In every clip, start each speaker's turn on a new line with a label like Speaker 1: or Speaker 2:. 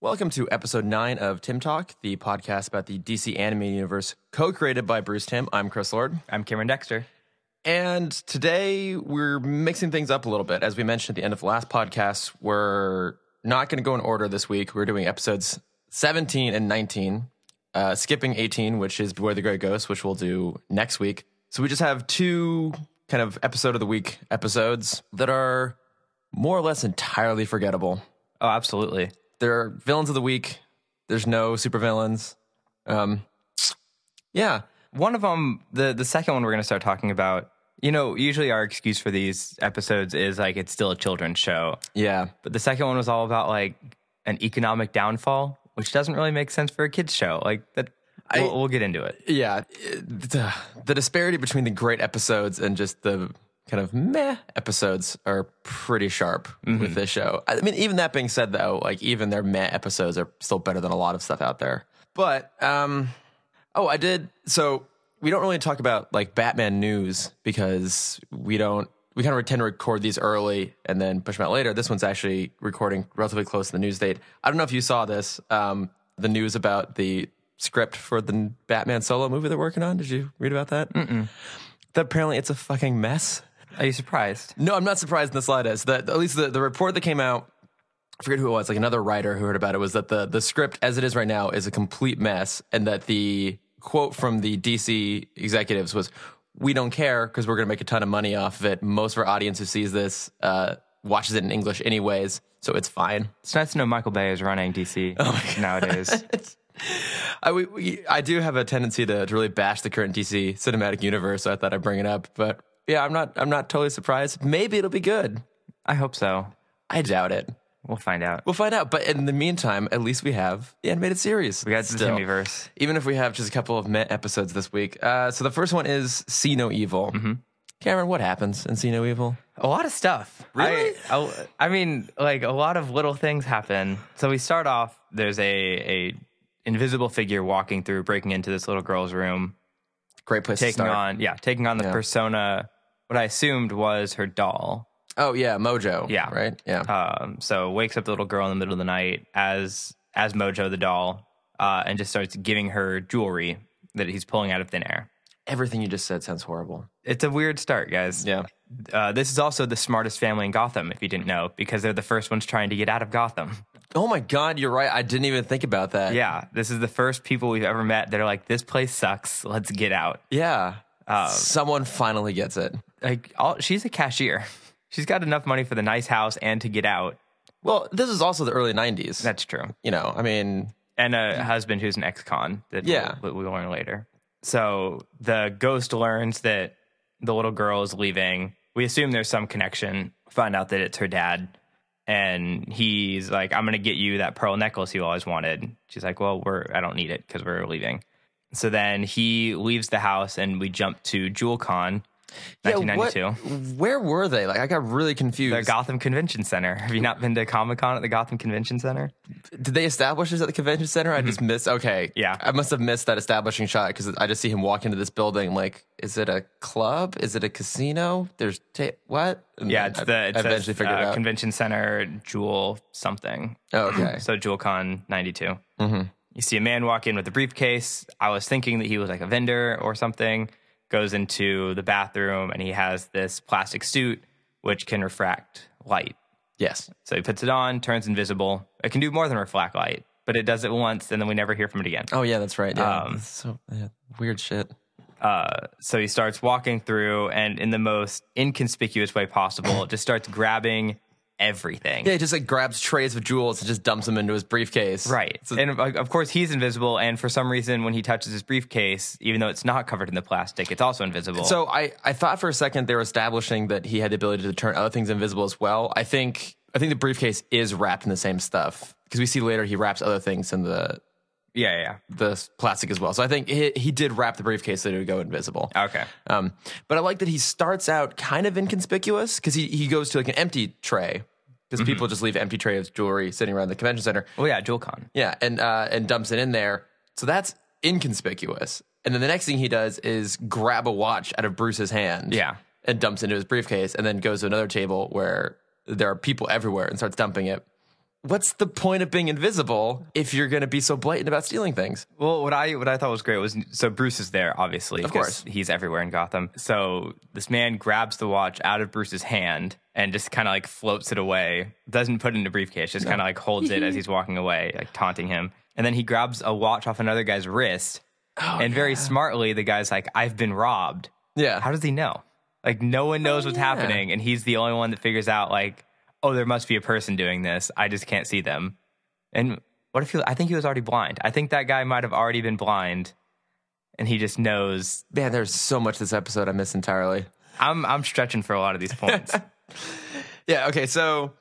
Speaker 1: Welcome to episode nine of Tim Talk, the podcast about the DC anime universe, co created by Bruce Tim. I'm Chris Lord.
Speaker 2: I'm Cameron Dexter.
Speaker 1: And today we're mixing things up a little bit. As we mentioned at the end of the last podcast, we're not going to go in order this week. We're doing episodes 17 and 19, uh, skipping 18, which is Beware the Great Ghost, which we'll do next week. So we just have two kind of episode of the week episodes that are more or less entirely forgettable.
Speaker 2: Oh, absolutely.
Speaker 1: There are villains of the week. There's no supervillains. Um, yeah,
Speaker 2: One of them, the the second one we're going to start talking about. You know, usually our excuse for these episodes is like it's still a children's show,
Speaker 1: yeah.
Speaker 2: but the second one was all about like an economic downfall, which doesn't really make sense for a kids show. Like that,
Speaker 1: I-
Speaker 2: we'll, we'll get into it.
Speaker 1: yeah it- the, the disparity between the great episodes and just the kind of meh episodes are pretty sharp with this show i mean even that being said though like even their meh episodes are still better than a lot of stuff out there but um oh i did so we don't really talk about like batman news because we don't we kind of tend to record these early and then push them out later this one's actually recording relatively close to the news date i don't know if you saw this um the news about the script for the Batman solo movie they're working on. Did you read about that? Mm-mm. That apparently it's a fucking mess.
Speaker 2: Are you surprised?
Speaker 1: No, I'm not surprised in the slightest. That at least the, the report that came out, I forget who it was, like another writer who heard about it, was that the the script as it is right now is a complete mess, and that the quote from the DC executives was, "We don't care because we're going to make a ton of money off of it. Most of our audience who sees this uh, watches it in English anyways, so it's fine."
Speaker 2: It's nice to know Michael Bay is running DC
Speaker 1: Oh
Speaker 2: nowadays.
Speaker 1: I, we, we, I do have a tendency to, to really bash the current DC cinematic universe, so I thought I'd bring it up. But yeah, I'm not I'm not totally surprised. Maybe it'll be good.
Speaker 2: I hope so.
Speaker 1: I doubt it.
Speaker 2: We'll find out.
Speaker 1: We'll find out. But in the meantime, at least we have the animated series.
Speaker 2: We got the Timmyverse.
Speaker 1: even if we have just a couple of meh episodes this week. Uh, so the first one is See No Evil.
Speaker 2: Mm-hmm.
Speaker 1: Cameron, what happens in See No Evil?
Speaker 2: A lot of stuff.
Speaker 1: Really?
Speaker 2: I, I, I mean, like a lot of little things happen. So we start off. There's a a invisible figure walking through, breaking into this little girl's room,
Speaker 1: Great place to
Speaker 2: taking
Speaker 1: start.
Speaker 2: on yeah, taking on the
Speaker 1: Yeah.
Speaker 2: persona. What I assumed was her doll.
Speaker 1: Oh yeah, Mojo.
Speaker 2: Yeah.
Speaker 1: right. Yeah,
Speaker 2: Um, so wakes up the little girl in the middle of the night as as Mojo the doll, uh, and just starts giving her jewelry that he's pulling out of thin air.
Speaker 1: everything you just said sounds horrible.
Speaker 2: It's a weird start, guys.
Speaker 1: Yeah.
Speaker 2: Uh, this is also the smartest family in Gotham, if you didn't know, because they're the first ones trying to get out of Gotham.
Speaker 1: Oh my God, you're right. I didn't even think about that.
Speaker 2: Yeah, this is the first people we've ever met that are like, this place sucks. Let's get out.
Speaker 1: Yeah.
Speaker 2: Um,
Speaker 1: Someone finally gets it.
Speaker 2: Like, all, she's a cashier. She's got enough money for the nice house and to get out.
Speaker 1: Well, this is also the early 90s.
Speaker 2: That's true.
Speaker 1: you know, I mean,
Speaker 2: And a husband who's an ex-con that
Speaker 1: Mm. Yeah.
Speaker 2: we'll, that we'll learn later. So the ghost learns that the little girl is leaving. We assume there's some connection. Find out that it's her dad, and he's like, "I'm gonna get you that pearl necklace you always wanted." She's like, "Well, we're I don't need it because we're leaving." So then he leaves the house, and we jump to JewelCon,
Speaker 1: yeah,
Speaker 2: 1992.
Speaker 1: what- where were they? Like, I got really
Speaker 2: the
Speaker 1: confused.
Speaker 2: Gotham Convention Center. Have you not been to Comic Con at the Gotham Convention Center?
Speaker 1: Did they establish this at the convention center? I just missed. Okay,
Speaker 2: Mm-hmm. Yeah.
Speaker 1: I must have missed that establishing shot because I just see him walk into this building. Like, is it a club? Is it a casino? There's ta- what? And
Speaker 2: Yeah,
Speaker 1: then
Speaker 2: it's
Speaker 1: I-
Speaker 2: the
Speaker 1: I
Speaker 2: it says,
Speaker 1: Mm-hmm. eventually figured
Speaker 2: uh,
Speaker 1: it out.
Speaker 2: Convention Center Jewel something.
Speaker 1: oh, okay,
Speaker 2: So JewelCon 92.
Speaker 1: Mhm.
Speaker 2: You see a man walk in with a briefcase. I was thinking that he was like a vendor or something. Goes into the bathroom and he has this plastic suit which can refract light.
Speaker 1: yes,
Speaker 2: So he puts it on, turns invisible. It can do more than reflect light, but it does it once and then we never hear from it again.
Speaker 1: oh yeah, that's right. Yeah,
Speaker 2: Um,
Speaker 1: That's so yeah, weird shit.
Speaker 2: Uh, so he starts walking through and in the most inconspicuous way possible, just starts grabbing everything.
Speaker 1: Yeah, he just like grabs trays of jewels and just dumps them into his briefcase.
Speaker 2: Right.
Speaker 1: So-
Speaker 2: and uh, of of course, he's invisible. And for some reason, when he touches his briefcase, even though it's not covered in the plastic, it's also invisible.
Speaker 1: So I, I thought for a second they were establishing that he had the ability to turn other things invisible as well. I think I think the briefcase is wrapped in the same stuff because we see later he wraps other things in the
Speaker 2: yeah, yeah,
Speaker 1: the plastic as well. So I think he, he did wrap the briefcase so it would go invisible.
Speaker 2: yeah. Okay.
Speaker 1: Um, but I like that he starts out kind of inconspicuous because he, he goes to like an empty tray because people just leave empty trays of jewelry sitting around the convention center.
Speaker 2: Well, yeah, JewelCon.
Speaker 1: Yeah, and uh, and dumps it in there. So that's inconspicuous. And then the next thing he does is grab a watch out of Bruce's hand.
Speaker 2: Yeah.
Speaker 1: and dumps it into his briefcase, and then goes to another table where there are people everywhere and starts dumping it. what's the point of being invisible if you're going to be so blatant about stealing things?
Speaker 2: Well, what I what I thought was great was so Bruce is there, obviously, of
Speaker 1: course.
Speaker 2: he's everywhere in Gotham. So this man grabs the watch out of Bruce's hand and just kind of like floats it away. Doesn't put it in a briefcase, just kind of like holds it as he's walking away, like taunting him. And then he grabs a watch off another guy's wrist, and very smartly, the guy's like, "I've been robbed."
Speaker 1: Yeah.
Speaker 2: How does he know? Like no one knows what's
Speaker 1: Oh, yeah.
Speaker 2: happening, and he's the only one that figures out. Like, oh, there must be a person doing this. I just can't see them. And what if he? I think he was already blind. I think that guy might have already been blind, and he just knows.
Speaker 1: Man, there's so much this episode I miss entirely.
Speaker 2: I'm I'm stretching for a lot of these points.
Speaker 1: Yeah. Okay. So,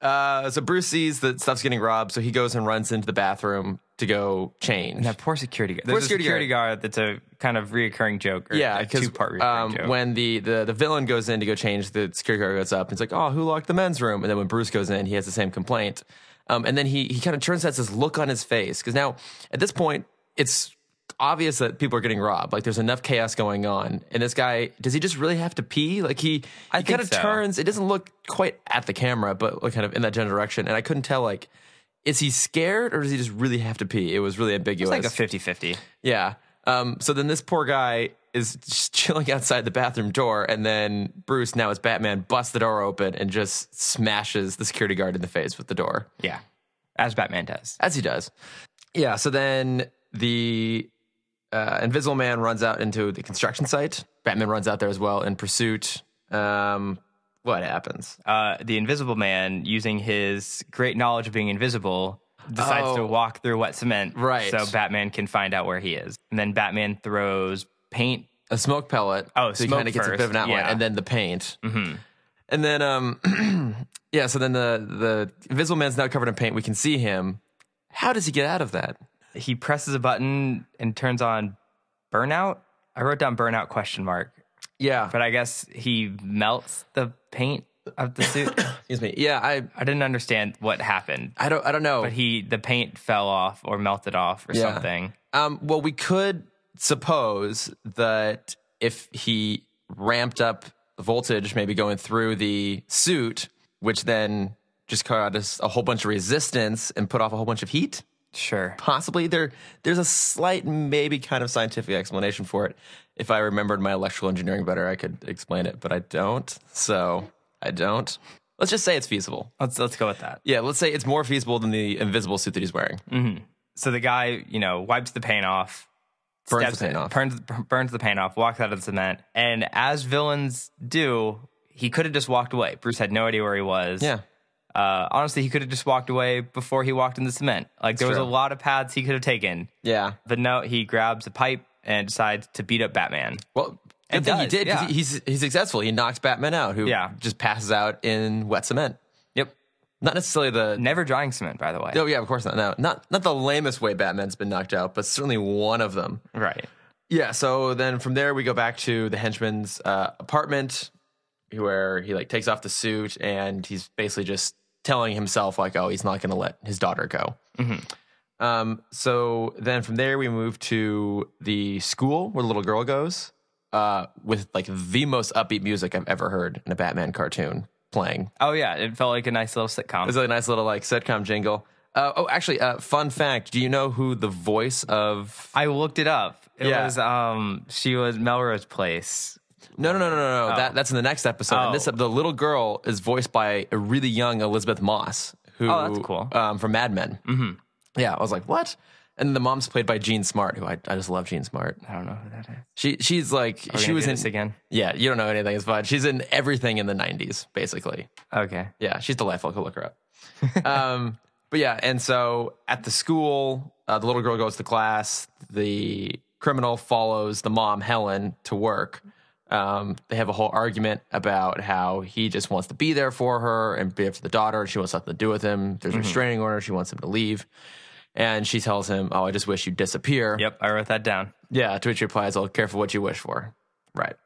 Speaker 1: uh, so Bruce sees that stuff's getting robbed, so he goes and runs into the bathroom to go change.
Speaker 2: that poor security guard. There's
Speaker 1: Poor
Speaker 2: a
Speaker 1: security
Speaker 2: security guard. that's a kind of reoccurring joke. Or
Speaker 1: yeah,
Speaker 2: a
Speaker 1: because
Speaker 2: two part reoccurring
Speaker 1: um,
Speaker 2: joke.
Speaker 1: when the, the the villain goes in to go change, the security guard goes up and it's like, "Oh, who locked the men's room?" And then when Bruce goes in, he has the same complaint. Um, and then he he kind of turns out this look on his face because now at this point it's obvious that people are getting robbed. Like there's enough chaos going on, and this guy does he just really have to pee? Like he he
Speaker 2: think
Speaker 1: kind of
Speaker 2: so.
Speaker 1: turns. It doesn't look quite at the camera, but like kind of in that general direction. And I couldn't tell like. Is he scared or does he just really have to pee? It was really ambiguous.
Speaker 2: it's like a 50-50.
Speaker 1: Yeah. Um, so then this poor guy is just chilling outside the bathroom door, and then Bruce, now as Batman, busts the door open and just smashes the security guard in the face with the door,
Speaker 2: Yeah, as Batman does.
Speaker 1: as he does. Yeah. So then the uh, Invisible Man runs out into the construction site. Batman runs out there as well in pursuit. Um, what happens?
Speaker 2: uh, the Invisible Man, using his great knowledge of being invisible, decides to
Speaker 1: Oh.
Speaker 2: walk through wet cement,
Speaker 1: Right.
Speaker 2: So Batman can find out where he is, and then Batman throws paint.
Speaker 1: a smoke pellet.
Speaker 2: Oh,
Speaker 1: so he
Speaker 2: smoke
Speaker 1: kinda gets a bit
Speaker 2: first,
Speaker 1: of an outline,
Speaker 2: yeah.
Speaker 1: and then the paint, mm-hmm. and then um, yeah. So then the the Invisible Man's now covered in paint. We can see him. How does he get out of that?
Speaker 2: He presses a button and turns on burnout. I wrote down burnout question mark,
Speaker 1: Yeah,
Speaker 2: but I guess he melts the paint of the suit.
Speaker 1: excuse me. Yeah, I
Speaker 2: I didn't understand what happened.
Speaker 1: I don't I don't know.
Speaker 2: But he the paint fell off or melted off or
Speaker 1: Yeah.
Speaker 2: something.
Speaker 1: Um, well, we could suppose that if he ramped up the voltage, maybe going through the suit, which then just caused a whole bunch of resistance and put off a whole bunch of heat.
Speaker 2: Sure.
Speaker 1: possibly there there's a slight maybe kind of scientific explanation for it if i remembered my electrical engineering better i could explain it but i don't so i don't let's just say it's feasible
Speaker 2: Let's let's go with that.
Speaker 1: yeah let's say it's more feasible than the invisible suit that he's wearing
Speaker 2: Mm. so the guy, you know, wipes the paint off,
Speaker 1: Burns the
Speaker 2: steps-
Speaker 1: paint off.
Speaker 2: burns, burns the paint off, walks out of the cement, and as villains do, he could have just walked away. Bruce had no idea where he was.
Speaker 1: yeah
Speaker 2: Uh, honestly, he could have just walked away before he walked in the cement. Like there was
Speaker 1: true.
Speaker 2: a lot of paths he could have taken,
Speaker 1: yeah
Speaker 2: but no, he grabs a pipe and decides to beat up Batman.
Speaker 1: well
Speaker 2: It
Speaker 1: good thing he
Speaker 2: does,
Speaker 1: did 'cause
Speaker 2: yeah.
Speaker 1: he- he's he's successful he knocks batman out who
Speaker 2: Yeah.
Speaker 1: just passes out in wet cement
Speaker 2: Yep.
Speaker 1: not necessarily the
Speaker 2: Never drying cement, by the way.
Speaker 1: oh yeah of course not no not not the lamest way batman's been knocked out but certainly one of them
Speaker 2: Right.
Speaker 1: Yeah, so then from there we go back to the henchman's uh, apartment where he like takes off the suit and he's basically just telling himself like, oh, he's not going to let his daughter go. Um, so then from there we move to the school where the little girl goes uh, with like the most upbeat music I've ever heard in a Batman cartoon playing.
Speaker 2: Oh yeah, it felt like a nice little sitcom.
Speaker 1: It's like a nice little like sitcom jingle. Uh, oh, actually, uh, fun fact: Do you know who the voice of?
Speaker 2: I looked it up. It
Speaker 1: Yeah.
Speaker 2: was um, she was Melrose Place.
Speaker 1: No, no, no, no, no. no. That that's in the next episode. And this
Speaker 2: Oh.
Speaker 1: the little girl is voiced by a really young Elizabeth Moss, who
Speaker 2: Oh, that's cool.
Speaker 1: um, from Mad Men. Mm-hmm. Yeah, I was like, what? And the mom's played by Jean Smart, who I, I just love Jean Smart.
Speaker 2: I don't know who that is.
Speaker 1: She she's like she
Speaker 2: gonna
Speaker 1: was
Speaker 2: do
Speaker 1: in
Speaker 2: this again?
Speaker 1: Yeah, you don't know anything. It's fine. She's in everything in the '90s, basically.
Speaker 2: Okay.
Speaker 1: Yeah, she's delightful. Go look her up. um, but yeah, and so at the school, uh, the little girl goes to class. The criminal follows the mom, Helen, to work. Um, they have a whole argument about how he just wants to be there for her and be there for the daughter, and she wants nothing to do with him. There's a restraining order. She wants him to leave. And she tells him, Oh, I just wish you'd disappear.
Speaker 2: Yep, I wrote that down.
Speaker 1: Yeah, to which he replies, "Well, careful what you wish for." Right.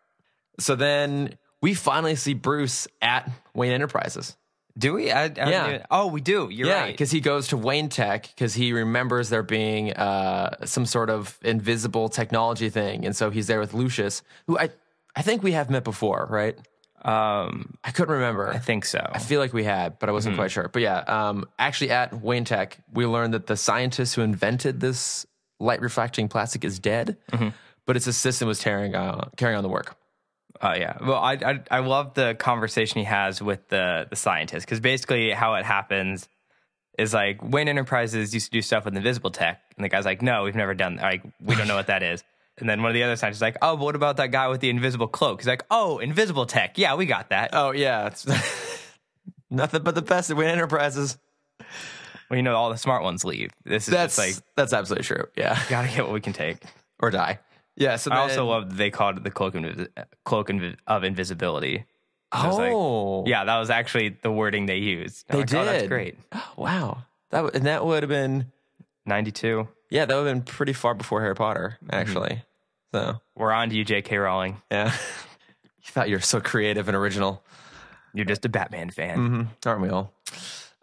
Speaker 1: So then we finally see Bruce at Wayne Enterprises.
Speaker 2: Do we? I, I don't
Speaker 1: Yeah.
Speaker 2: even- oh, we do. You're
Speaker 1: Yeah,
Speaker 2: right.
Speaker 1: because he goes to Wayne Tech because he remembers there being uh, some sort of invisible technology thing, and so he's there with Lucius, who I I think we have met before, right?
Speaker 2: Um,
Speaker 1: I couldn't remember.
Speaker 2: I think so.
Speaker 1: I feel like we had, but I wasn't quite sure. But yeah, um, actually, at Wayne Tech, we learned that the scientist who invented this light refracting plastic is dead, but its assistant was carrying uh, carrying on the work.
Speaker 2: Oh yeah. Well, I, I I love the conversation he has with the the scientist because basically how it happens is like Wayne Enterprises used to do stuff with invisible tech, and the guy's like, "No, we've never done that. Like, we don't know what that is." And then one of the other scientists is like, "Oh, but what about that guy with the invisible cloak?" He's like, "Oh, invisible tech. Yeah, we got that.
Speaker 1: Oh yeah, it's nothing but the best at Wayne Enterprises.
Speaker 2: Well, you know, all the smart ones leave. This is
Speaker 1: That's
Speaker 2: just like
Speaker 1: that's absolutely true. Yeah,
Speaker 2: gotta get what we can take."
Speaker 1: or die. Yeah. So
Speaker 2: I
Speaker 1: then,
Speaker 2: also love that they called it the cloak, invis- cloak invi- of invisibility. I was like,
Speaker 1: oh
Speaker 2: Yeah, that was actually the wording they used. I'm
Speaker 1: They
Speaker 2: like, "Oh, that's
Speaker 1: did.
Speaker 2: great.
Speaker 1: wow that w- and that would have been
Speaker 2: 92.
Speaker 1: yeah that would have been pretty far before Harry Potter
Speaker 2: Mm-hmm.
Speaker 1: actually. So
Speaker 2: We're on to you, J.K. Rowling.
Speaker 1: yeah, you thought you were so creative and original.
Speaker 2: You're just a Batman fan.
Speaker 1: Mm-hmm. Aren't we all?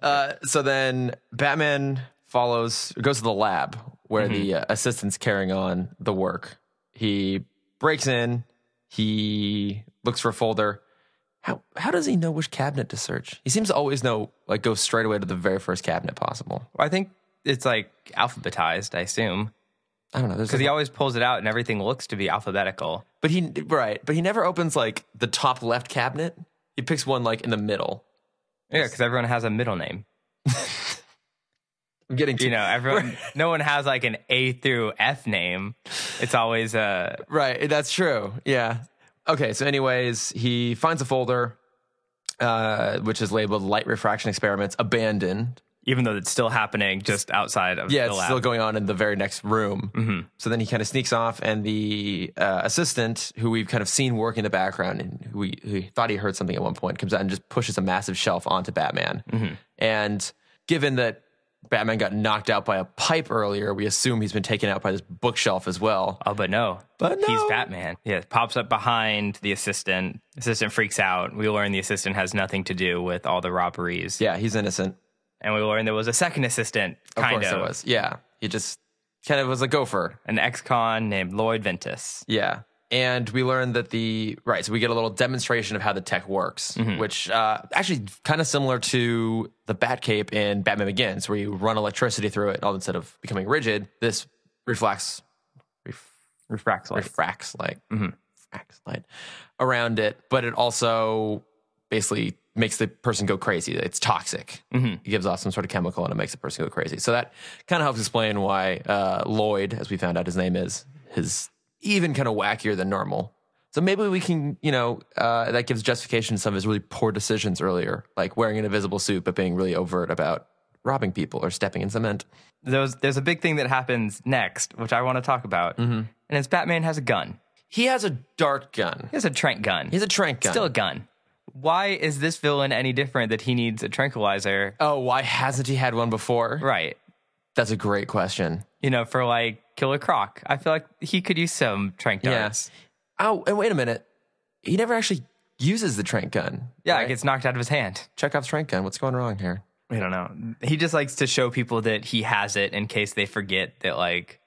Speaker 1: Uh, so then Batman follows, goes to the lab where the uh, assistant's carrying on the work. He breaks in, he looks for a folder. How, how does he know which cabinet to search? He seems to always know, like, go straight away to the very first cabinet possible.
Speaker 2: Well, I think it's like alphabetized, I assume,
Speaker 1: I don't know. There's
Speaker 2: because
Speaker 1: like,
Speaker 2: he always pulls it out and everything looks to be alphabetical.
Speaker 1: but he, right, but he never opens, like, the top left cabinet. He picks one, like, in the middle.
Speaker 2: Yeah, because everyone has a middle name.
Speaker 1: I'm getting, too,
Speaker 2: You know, everyone, no one has like an A through F name. It's always uh,
Speaker 1: Right, eh, that's true. Yeah. Okay, so anyways, he finds a folder uh, which is labeled light refraction experiments abandoned.
Speaker 2: even though it's still happening just outside of
Speaker 1: Yeah,
Speaker 2: the
Speaker 1: it's
Speaker 2: lab. Mm-hmm.
Speaker 1: still going on in the very next room. So then he kind of sneaks off, and the uh, assistant, who we've kind of seen work in the background and who we who thought he heard something at one point, comes out and just pushes a massive shelf onto Batman.
Speaker 2: Mm-hmm.
Speaker 1: And given that Batman got knocked out by a pipe earlier, we assume he's been taken out by this bookshelf as well.
Speaker 2: Oh, but no.
Speaker 1: But
Speaker 2: He's
Speaker 1: no.
Speaker 2: Batman. Yeah, pops up behind the assistant. Assistant freaks out. We learn the assistant has nothing to do with all the robberies.
Speaker 1: Yeah, he's innocent.
Speaker 2: And we learn there was a second assistant,
Speaker 1: Of
Speaker 2: kind
Speaker 1: course
Speaker 2: of,
Speaker 1: there was. Yeah. He just kind of was a gopher.
Speaker 2: an ex-con named Lloyd Ventus.
Speaker 1: Yeah. And we learned that the right, so we get a little demonstration of how the tech works,
Speaker 2: Mm-hmm.
Speaker 1: which uh, actually kind of similar to the Batcape in Batman Begins, where you run electricity through it, all instead of becoming rigid, this reflects
Speaker 2: Refracts light.
Speaker 1: refracts light, refracts light around it, but it also basically makes the person go crazy. It's toxic. It gives off some sort of chemical and it makes the person go crazy. So that kind of helps explain why uh, Lloyd, as we found out his name is, is even kind of wackier than normal. So maybe we can, you know, uh, that gives justification to some of his really poor decisions earlier, like wearing an invisible suit but being really overt about robbing people or stepping in cement.
Speaker 2: There's, there's a big thing that happens next, which I want to talk about.
Speaker 1: Mm-hmm.
Speaker 2: And it's Batman has a gun.
Speaker 1: He has a dart gun.
Speaker 2: He has a Trank gun.
Speaker 1: He has a trank gun.
Speaker 2: Still a gun. Why is this villain any different that he needs a tranquilizer?
Speaker 1: oh, why hasn't he had one before?
Speaker 2: Right.
Speaker 1: That's a great question.
Speaker 2: You know, for like Killer Croc. I feel like he could use some Trank darts.
Speaker 1: Oh, and wait a minute. He never actually uses the trank gun.
Speaker 2: Yeah,
Speaker 1: right?
Speaker 2: it gets knocked out of his hand.
Speaker 1: Chekhov's trank gun. What's going wrong here?
Speaker 2: I don't know. He just likes to show people that he has it in case they forget that like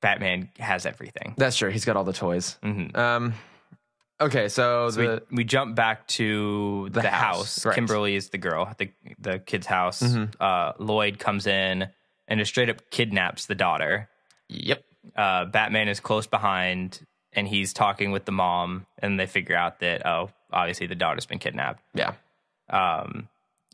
Speaker 2: Batman has everything.
Speaker 1: That's true. He's got all the toys.
Speaker 2: Mm-hmm.
Speaker 1: Um, okay, so,
Speaker 2: We,
Speaker 1: the
Speaker 2: we jump back to the,
Speaker 1: house,
Speaker 2: house.
Speaker 1: right. Mm-hmm.
Speaker 2: Kimberly is the girl, the the kid's house. Uh, Lloyd comes in and just straight up kidnaps the daughter.
Speaker 1: yep,
Speaker 2: Uh, Batman is close behind and he's talking with the mom, and they figure out that oh, obviously the daughter's been kidnapped.
Speaker 1: yeah.
Speaker 2: Um,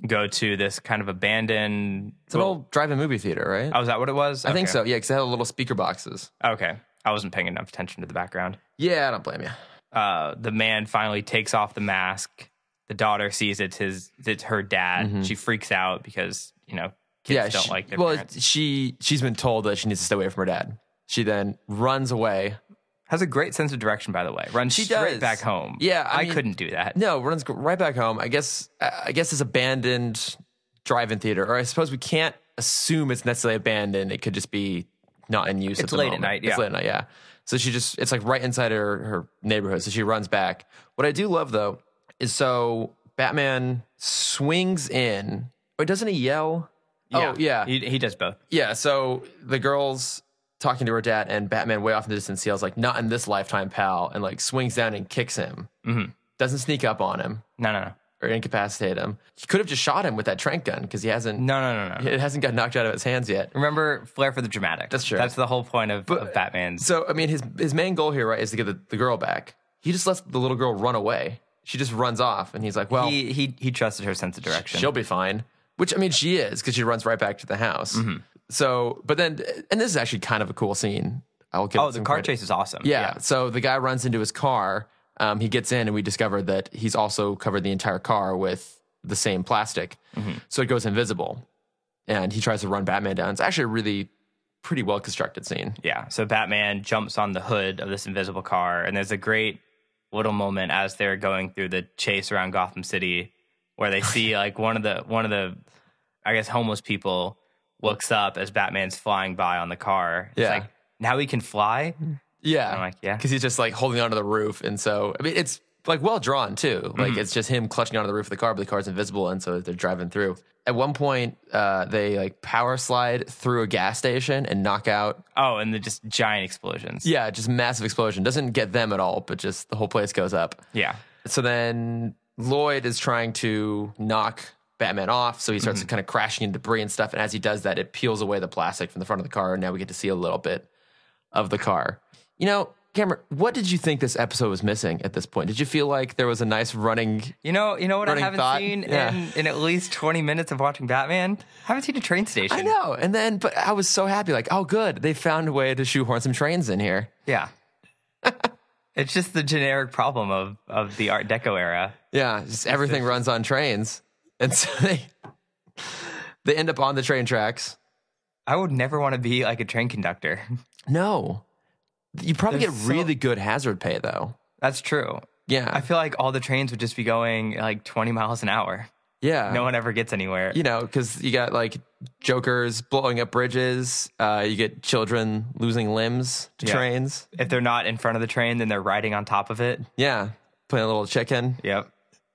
Speaker 2: go to this kind of abandoned.
Speaker 1: It's an old drive-in movie theater, right?
Speaker 2: Oh, is that what it was?
Speaker 1: I think
Speaker 2: Okay.
Speaker 1: so. Yeah, because they had little speaker boxes.
Speaker 2: Okay. I wasn't paying enough attention to the background.
Speaker 1: Yeah, I don't blame you.
Speaker 2: Uh, the man finally takes off the mask. The daughter sees it's his, it's her dad. She freaks out because you know kids
Speaker 1: yeah,
Speaker 2: don't
Speaker 1: she-
Speaker 2: like their
Speaker 1: well,
Speaker 2: parents.
Speaker 1: she she's been told that she needs to stay away from her dad. She then runs away.
Speaker 2: Has a great sense of direction, by the way. Runs
Speaker 1: She
Speaker 2: straight
Speaker 1: does.
Speaker 2: back home.
Speaker 1: Yeah, I
Speaker 2: I,
Speaker 1: mean-
Speaker 2: couldn't do that.
Speaker 1: No, runs right back home. I guess I guess it's abandoned drive-in theater, or I suppose we can't assume it's necessarily abandoned. It could just be not in use.
Speaker 2: It's
Speaker 1: the
Speaker 2: late at
Speaker 1: moment.
Speaker 2: night,
Speaker 1: It's
Speaker 2: yeah.
Speaker 1: late at night. Yeah. So she just it's like right inside her her neighborhood. So she runs back. What I do love though is so Batman swings in. Wait, doesn't he yell? Oh yeah.
Speaker 2: He, he does both.
Speaker 1: Yeah, so the girl's talking to her
Speaker 2: Mm-hmm.
Speaker 1: dad, and Batman, way off in the distance, yells like, "Not in this lifetime, pal!" and like swings down and kicks him. doesn't sneak up on him
Speaker 2: No, no, no,
Speaker 1: or incapacitate him. He could have just shot him with that trank gun because he hasn't.
Speaker 2: no, no, no, no.
Speaker 1: It hasn't got knocked out of his hands yet.
Speaker 2: Remember flair for the dramatic.
Speaker 1: That's true.
Speaker 2: That's the whole point of, of Batman's.
Speaker 1: So I mean, his his main goal here, right, is to get the, the girl back. He just lets the little girl run away. She just runs off, and he's like, "Well,
Speaker 2: he he he trusted her sense of direction.
Speaker 1: she'll be fine." Which I mean, she is because she runs right back to the house.
Speaker 2: Mm-hmm.
Speaker 1: So, but then, and this is actually kind of a cool scene. I will give.
Speaker 2: oh,
Speaker 1: it
Speaker 2: the
Speaker 1: some
Speaker 2: car
Speaker 1: credit.
Speaker 2: chase is awesome.
Speaker 1: Yeah. So the guy runs into his car. Um, he gets in, and we discover that he's also covered the entire car with the same plastic. So it goes invisible, and he tries to run Batman down. It's actually a really pretty well constructed scene.
Speaker 2: Yeah. So Batman jumps on the hood of this invisible car, and there's a great little moment as they're going through the chase around Gotham City, where they see like one of the one of the, I guess homeless people looks up as Batman's flying by on the car. It's
Speaker 1: Yeah. Mm-hmm.
Speaker 2: like now he can fly.
Speaker 1: Oh, Yeah.
Speaker 2: I'm like, yeah.
Speaker 1: Because he's just like holding onto the roof, and so I mean, it's like well drawn too. Like it's just him clutching onto the roof of the car, but the car's invisible, and so they're driving through. At one point, uh, they like power slide through a gas station and knock out
Speaker 2: Oh, and the just giant explosions.
Speaker 1: Yeah, just massive explosion. Doesn't get them at all, but just the whole place goes up.
Speaker 2: Yeah.
Speaker 1: So then Lloyd is trying to knock Batman off, so he starts kind of crashing into debris and stuff. And as he does that, it peels away the plastic from the front of the car, and now we get to see a little bit of the car. You know, Cameron, what did you think this episode was missing at this point? Did you feel like there was a nice running?
Speaker 2: You know, you know what I
Speaker 1: Running
Speaker 2: haven't
Speaker 1: thought.
Speaker 2: seen
Speaker 1: Yeah.
Speaker 2: in, in at least twenty minutes of watching Batman. haven't seen a train station.
Speaker 1: I know, and then but I was so happy, like, oh, good, they found a way to shoehorn some trains in here.
Speaker 2: Yeah. it's just the generic problem of of the Art Deco era.
Speaker 1: Yeah, just everything runs on trains, and so they they end up on the train tracks.
Speaker 2: I would never want to be like a train conductor.
Speaker 1: No, you probably
Speaker 2: There's
Speaker 1: get
Speaker 2: so-
Speaker 1: really good hazard pay though.
Speaker 2: That's true.
Speaker 1: Yeah,
Speaker 2: I feel like all the trains would just be going like 20 miles an hour.
Speaker 1: yeah.
Speaker 2: No one ever gets anywhere.
Speaker 1: you know, because you got like jokers blowing up bridges. Uh, you get children losing limbs to
Speaker 2: Yeah.
Speaker 1: trains.
Speaker 2: If they're not in front of the train, then they're riding on top of it.
Speaker 1: Yeah, playing a little chicken,
Speaker 2: Yep.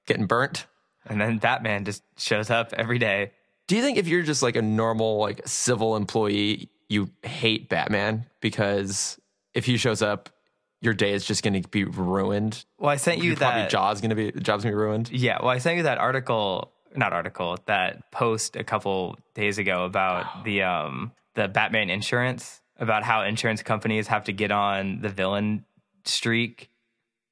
Speaker 1: getting burnt.
Speaker 2: And then Batman just shows up every day.
Speaker 1: Do you think if you're just like a normal like civil employee, you hate Batman because if he shows up, your day is just going to be ruined
Speaker 2: Well, I sent you
Speaker 1: your probably
Speaker 2: that.
Speaker 1: job's gonna be job's gonna be ruined.
Speaker 2: Yeah. Well, I sent you that article, not article, that post a couple days ago about the um the Batman insurance, about how insurance companies have to get on the villain streak.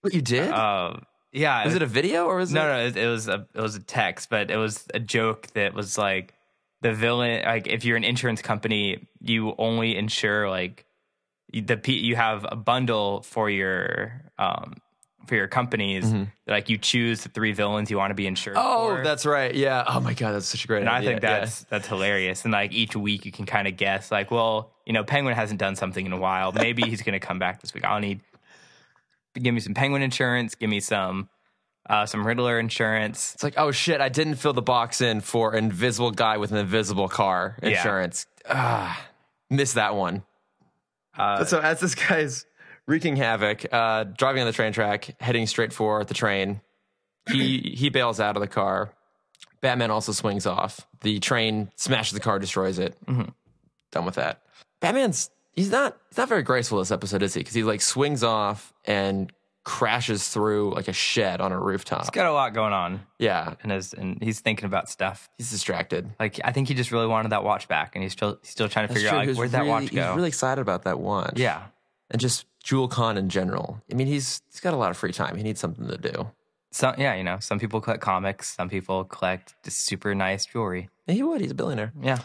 Speaker 1: But you did?
Speaker 2: Um, yeah.
Speaker 1: was it a video or was
Speaker 2: No,
Speaker 1: it?
Speaker 2: no, it, it was a it was a text, but it was a joke that was like the villain. Like if you're an insurance company, you only insure like the pe- you have a bundle for your um for your companies. Like you choose the three villains you want to be insured.
Speaker 1: Mm-hmm. Oh,
Speaker 2: for.
Speaker 1: that's right. Yeah. Oh my god, that's such a great
Speaker 2: And I
Speaker 1: idea.
Speaker 2: think
Speaker 1: Yeah.
Speaker 2: that's that's hilarious. And like each week, you can kind of guess, like, well, you know, Penguin hasn't done something in a while. Maybe he's going to come back this week. I'll need give me some Penguin insurance. Give me some uh, some Riddler insurance.
Speaker 1: it's like, oh shit, I didn't fill the box in for invisible guy with an invisible car
Speaker 2: Yeah.
Speaker 1: insurance. Ah, missed that one.
Speaker 2: Uh,
Speaker 1: so as this guy's wreaking havoc, uh, driving on the train track, heading straight for the train, he he bails out of the car. Batman also swings off. The train smashes the car, destroys it. Done with that. Mm-hmm. Batman's he's not he's not very graceful this episode, is he? Because he like swings off and crashes through like a shed on a rooftop.
Speaker 2: got a lot going on
Speaker 1: Yeah,
Speaker 2: and is and he's thinking about stuff.
Speaker 1: he's distracted.
Speaker 2: Like I think he just really wanted that watch back, and he's still he's still trying to figure
Speaker 1: That's true,
Speaker 2: out
Speaker 1: he
Speaker 2: like
Speaker 1: was
Speaker 2: where'd that
Speaker 1: really-
Speaker 2: watch
Speaker 1: He
Speaker 2: go.
Speaker 1: was really excited about that watch.
Speaker 2: yeah,
Speaker 1: and just Jewel Khan in general. I mean, he's he's got a lot of free time. He needs something to do.
Speaker 2: some yeah, you know, some people collect comics, some people collect just super nice jewelry.
Speaker 1: Yeah, He would. He's a billionaire.
Speaker 2: Yeah,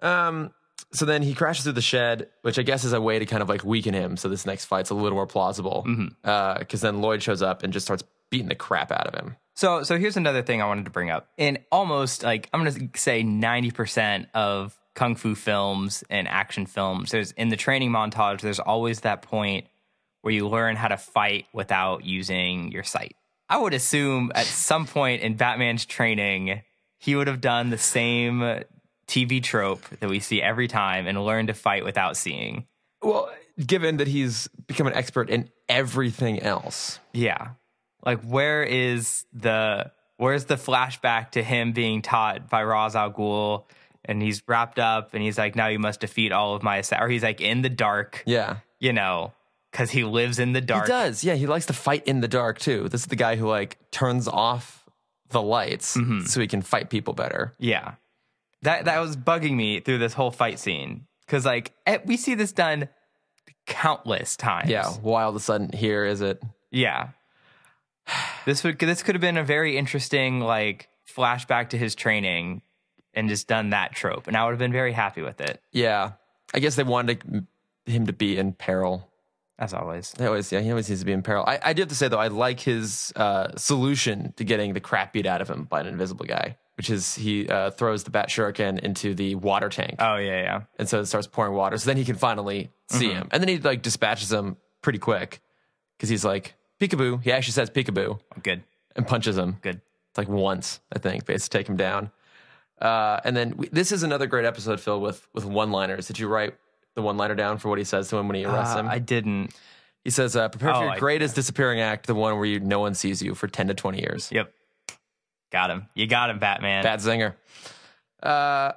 Speaker 1: Um, so then he crashes through the shed, which I guess is a way to kind of like weaken him. So this next fight's a little more plausible. Because then Lloyd shows up and just starts beating the crap out of him.
Speaker 2: So, so here's another thing I wanted to bring up. In almost like I'm going to say 90% of kung fu films and action films, there's in the training montage, there's always that point where you learn how to fight without using your sight. I would assume at some point in Batman's training, he would have done the same TV trope that we see every time and learned to fight without seeing.
Speaker 1: Well, given that he's become an expert in everything else,
Speaker 2: Yeah. Like where is the where's the flashback to him being taught by Ra's al Ghul and he's wrapped up and heys like, Now you must defeat all of my assa-" or he's like in the dark,
Speaker 1: yeah,
Speaker 2: you know. because he lives in the dark.
Speaker 1: He does. Yeah, he likes to fight in the dark too. This is the guy who like turns off the lights so he can fight people better.
Speaker 2: Yeah. That that was bugging me through this whole fight scene cuz like eh, we see this done countless times.
Speaker 1: Yeah, why all of a sudden here is it?
Speaker 2: Yeah. This would this could have been a very interesting like flashback to his training and just done that trope and I would have been very happy with it
Speaker 1: Yeah, I guess they wanted to, him to be in peril.
Speaker 2: as always.
Speaker 1: They always, yeah, he always needs to be in peril. I, I do have to say though, I like his uh, solution to getting the crap beat out of him by an invisible guy, which is he uh, throws the bat shuriken into the water tank,
Speaker 2: Oh yeah, yeah.
Speaker 1: and so it starts pouring water. So then he can finally see
Speaker 2: Mm-hmm.
Speaker 1: him, and then he like dispatches him pretty quick because he's like peekaboo. He actually says peekaboo
Speaker 2: Good.
Speaker 1: and punches him.
Speaker 2: Good.
Speaker 1: It's like once, I think, but it's to take him down. Uh, and then we, this is another great episode filled with with one liners. Did you write the one liner down for what he says to him when he arrests
Speaker 2: Uh,
Speaker 1: him?
Speaker 2: I didn't.
Speaker 1: He says, uh, prepare
Speaker 2: Oh,
Speaker 1: for your
Speaker 2: I-
Speaker 1: greatest disappearing act, the one where you, no one sees you for 10 to 20 years.
Speaker 2: Yep. Got him. You got him, Batman.
Speaker 1: Bad zinger. Uh,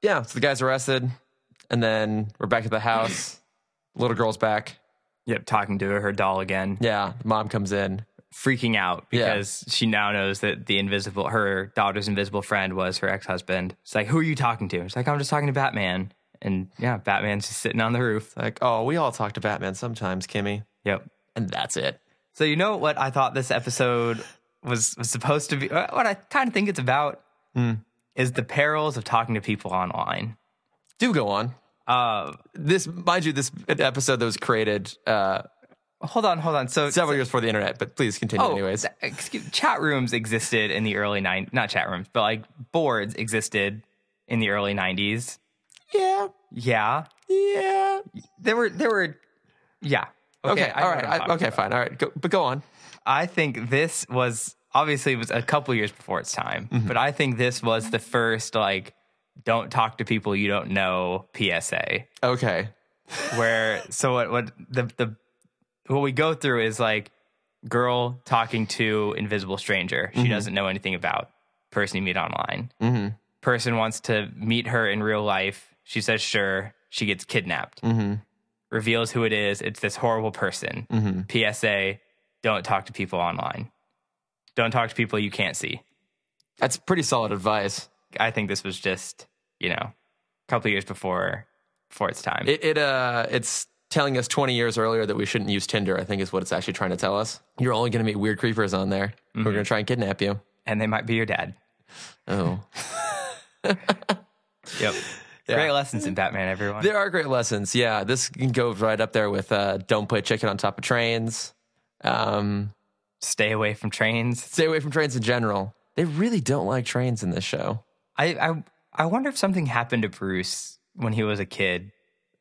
Speaker 1: yeah, so the guy's arrested. And then we're back at the house. Little girl's back.
Speaker 2: yep, talking to her, her doll again.
Speaker 1: Yeah, mom comes in.
Speaker 2: freaking out
Speaker 1: Yeah.
Speaker 2: because she now knows that the invisible her daughter's invisible friend was her ex-husband. It's like, who are you talking to? It's like, I'm just talking to Batman. And yeah, Batman's just sitting on the roof.
Speaker 1: Like, oh, we all talk to Batman sometimes, Kimmy.
Speaker 2: Yep.
Speaker 1: And that's it.
Speaker 2: So you know what I thought this episode was, was supposed to be uh, what I kind of think it's about
Speaker 1: Hmm.
Speaker 2: is the perils of talking to people online.
Speaker 1: Do go on.
Speaker 2: Uh
Speaker 1: This, mind you, this episode that was created uh,
Speaker 2: hold on, hold on. So
Speaker 1: several years before the internet, but please continue,
Speaker 2: Oh,
Speaker 1: anyways.
Speaker 2: th- excuse, chat rooms existed in the early 90s, not chat rooms, but like boards existed in the early 90s.
Speaker 1: yeah,
Speaker 2: Yeah.
Speaker 1: yeah.
Speaker 2: There were there were yeah.
Speaker 1: Okay,
Speaker 2: I know
Speaker 1: all right.
Speaker 2: what I'm
Speaker 1: I-
Speaker 2: talking
Speaker 1: okay,
Speaker 2: about.
Speaker 1: fine. All right, go, but go on.
Speaker 2: I think this was obviously it was a couple years before its time, but I think this was the first like don't talk to people you don't know PSA
Speaker 1: Okay.
Speaker 2: where so what what the the what we go through is like girl talking to invisible stranger she doesn't know anything about person you meet online
Speaker 1: Mhm.
Speaker 2: person wants to meet her in real life she says sure she gets kidnapped
Speaker 1: Mhm.
Speaker 2: reveals who it is it's this horrible person
Speaker 1: Mhm.
Speaker 2: psa don't talk to people online don't talk to people you can't see
Speaker 1: That's pretty solid advice.
Speaker 2: i think this was just you know a couple years before before its time
Speaker 1: It, it uh, it's telling us 20 years earlier that we shouldn't use Tinder. I think is what it's actually trying to tell us. You're only going to meet weird creepers on there. we
Speaker 2: Mm-hmm.
Speaker 1: are going to try and kidnap you.
Speaker 2: and they might be your dad
Speaker 1: Oh,
Speaker 2: Yep. Great lessons in Batman, everyone.
Speaker 1: there are great lessons. Yeah, this can go right up there with uh, don't put chicken on top of trains. Um,
Speaker 2: Stay away from trains.
Speaker 1: stay away from trains in general. They really don't like trains in this show.
Speaker 2: I, I I wonder if something happened to Bruce when he was a kid.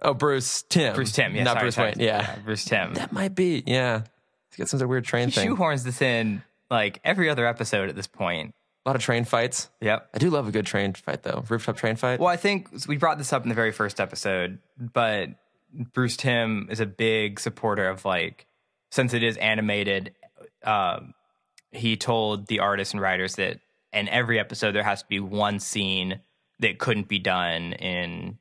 Speaker 1: Oh, Bruce Tim.
Speaker 2: Bruce Tim, yeah,
Speaker 1: not
Speaker 2: sorry,
Speaker 1: Bruce
Speaker 2: sorry.
Speaker 1: Wayne. Yeah.
Speaker 2: Bruce Tim.
Speaker 1: that might be. Yeah, he's got some sort of weird train
Speaker 2: He
Speaker 1: thing.
Speaker 2: shoehorns this in like every other episode at this point.
Speaker 1: A lot of train fights.
Speaker 2: Yep.
Speaker 1: I do love a good train fight though. Rooftop train fight.
Speaker 2: Well, I think we brought this up in the very first episode, but Bruce Tim is a big supporter of like since it is animated. Um, he told the artists and writers that in every episode there has to be one scene that couldn't be done in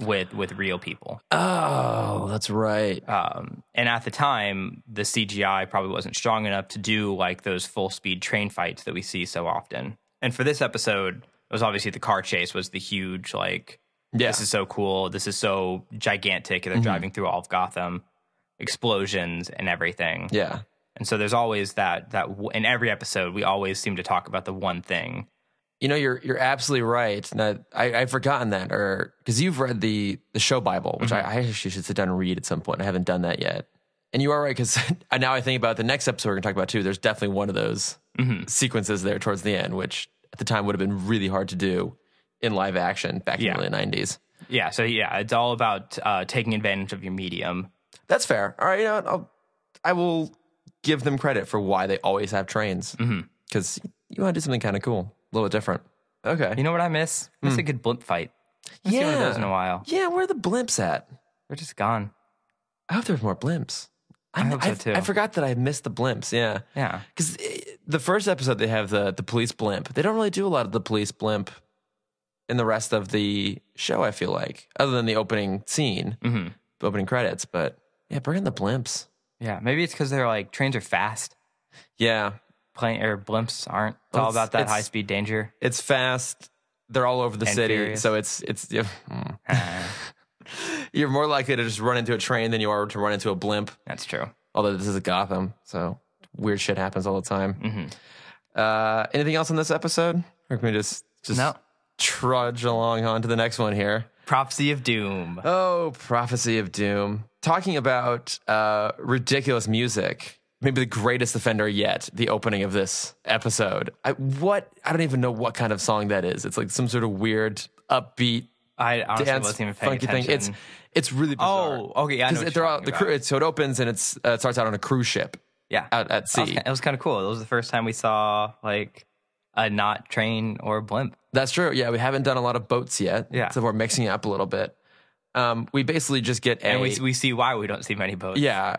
Speaker 2: with with real people.
Speaker 1: Oh, that's right.
Speaker 2: Um, and at the time, the CGI probably wasn't strong enough to do like those full speed train fights that we see so often. And for this episode, it was obviously the car chase was the huge like
Speaker 1: Yeah.
Speaker 2: this is so cool, this is so gigantic, and
Speaker 1: Mm-hmm.
Speaker 2: they're driving through all of Gotham, explosions and everything.
Speaker 1: yeah.
Speaker 2: And so there's always that that w- in every episode we always seem to talk about the one thing.
Speaker 1: You know, you're you're absolutely right. And I, I I've forgotten that, or because you've read the the show Bible, which
Speaker 2: Mm-hmm.
Speaker 1: I, I actually should sit down and read at some point. I haven't done that yet. And you are right because now I think about the next episode we're going to talk about too. There's definitely one of those
Speaker 2: Mm-hmm.
Speaker 1: sequences there towards the end, which at the time would have been really hard to do in live action back in
Speaker 2: Yeah.
Speaker 1: the early '90s.
Speaker 2: Yeah. So yeah, it's all about uh, taking advantage of your medium.
Speaker 1: That's fair. All right, you know, what? I'll, I will give them credit for why they always have trains
Speaker 2: Mm-hmm.
Speaker 1: because you want to do something kind of cool, a little bit different. Okay.
Speaker 2: You know what I miss? I miss a good blimp fight. I haven't seen one of those in a while.
Speaker 1: Hmm. Yeah, where are the blimps at?
Speaker 2: They're just gone.
Speaker 1: I hope there's more blimps. I,
Speaker 2: hope so,
Speaker 1: I've-
Speaker 2: too.
Speaker 1: I forgot that I missed the blimps. Yeah,
Speaker 2: Yeah.
Speaker 1: because the first episode they have the the police blimp. They don't really do a lot of the police blimp in the rest of the show. I feel like, other than the opening scene,
Speaker 2: Mhm.
Speaker 1: the opening credits. But Yeah, bring in the blimps.
Speaker 2: Yeah, maybe it's because they're like trains are fast.
Speaker 1: Yeah,
Speaker 2: Plane or blimps aren't. It's
Speaker 1: Well,
Speaker 2: all
Speaker 1: it's-
Speaker 2: about that
Speaker 1: it's-
Speaker 2: high speed danger.
Speaker 1: it's fast. They're all over the
Speaker 2: And
Speaker 1: city,
Speaker 2: furious.
Speaker 1: so it's it's yeah. mm. you're more likely to just run into a train than you are to run into a blimp.
Speaker 2: That's true.
Speaker 1: Although this is Gotham, so weird shit happens all the time.
Speaker 2: Mhm.
Speaker 1: Uh, anything else in this episode, or can we just just
Speaker 2: No.
Speaker 1: trudge along on to the next one here?
Speaker 2: Prophecy of Doom.
Speaker 1: Oh, Prophecy of Doom. Talking about uh, ridiculous music, maybe the greatest offender yet, the opening of this episode. I, what? I don't even know what kind of song that is. It's like some sort of weird, upbeat,
Speaker 2: I honestly
Speaker 1: dance,
Speaker 2: wasn't even paying
Speaker 1: funky
Speaker 2: attention.
Speaker 1: thing. It's, it's really bizarre.
Speaker 2: oh, okay. Yeah, I know
Speaker 1: Because
Speaker 2: what
Speaker 1: they're
Speaker 2: you're
Speaker 1: all,
Speaker 2: talking
Speaker 1: the
Speaker 2: about.
Speaker 1: cru- so it opens and it's uh, it starts out on a cruise ship
Speaker 2: yeah.
Speaker 1: out at sea.
Speaker 2: That was ki- It was kind of cool. It was the first time we saw like a not train or blimp.
Speaker 1: That's true. Yeah, we haven't done a lot of boats yet.
Speaker 2: Yeah.
Speaker 1: so we're mixing it up a little bit. Um, we basically just get a
Speaker 2: And we, we see why we don't see many boats.
Speaker 1: yeah.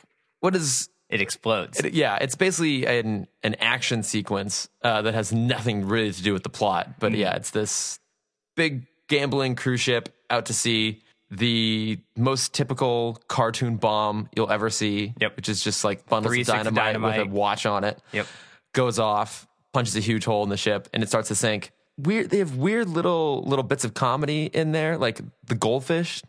Speaker 1: what is
Speaker 2: It explodes.
Speaker 1: it- yeah, it's basically an an action sequence uh, that has nothing really to do with the plot.
Speaker 2: Mm-hmm.
Speaker 1: But yeah, it's this big gambling cruise ship out to sea. The most typical cartoon bomb you'll ever see,
Speaker 2: Yep.
Speaker 1: which is just like bundles
Speaker 2: Three
Speaker 1: of
Speaker 2: sticks
Speaker 1: dynamite,
Speaker 2: of
Speaker 1: with a
Speaker 2: dynamite.
Speaker 1: watch on it.
Speaker 2: Yep.
Speaker 1: Goes off, punches a huge hole in the ship, and it starts to sink. Weird. They have weird little little bits of comedy in there, like the goldfish.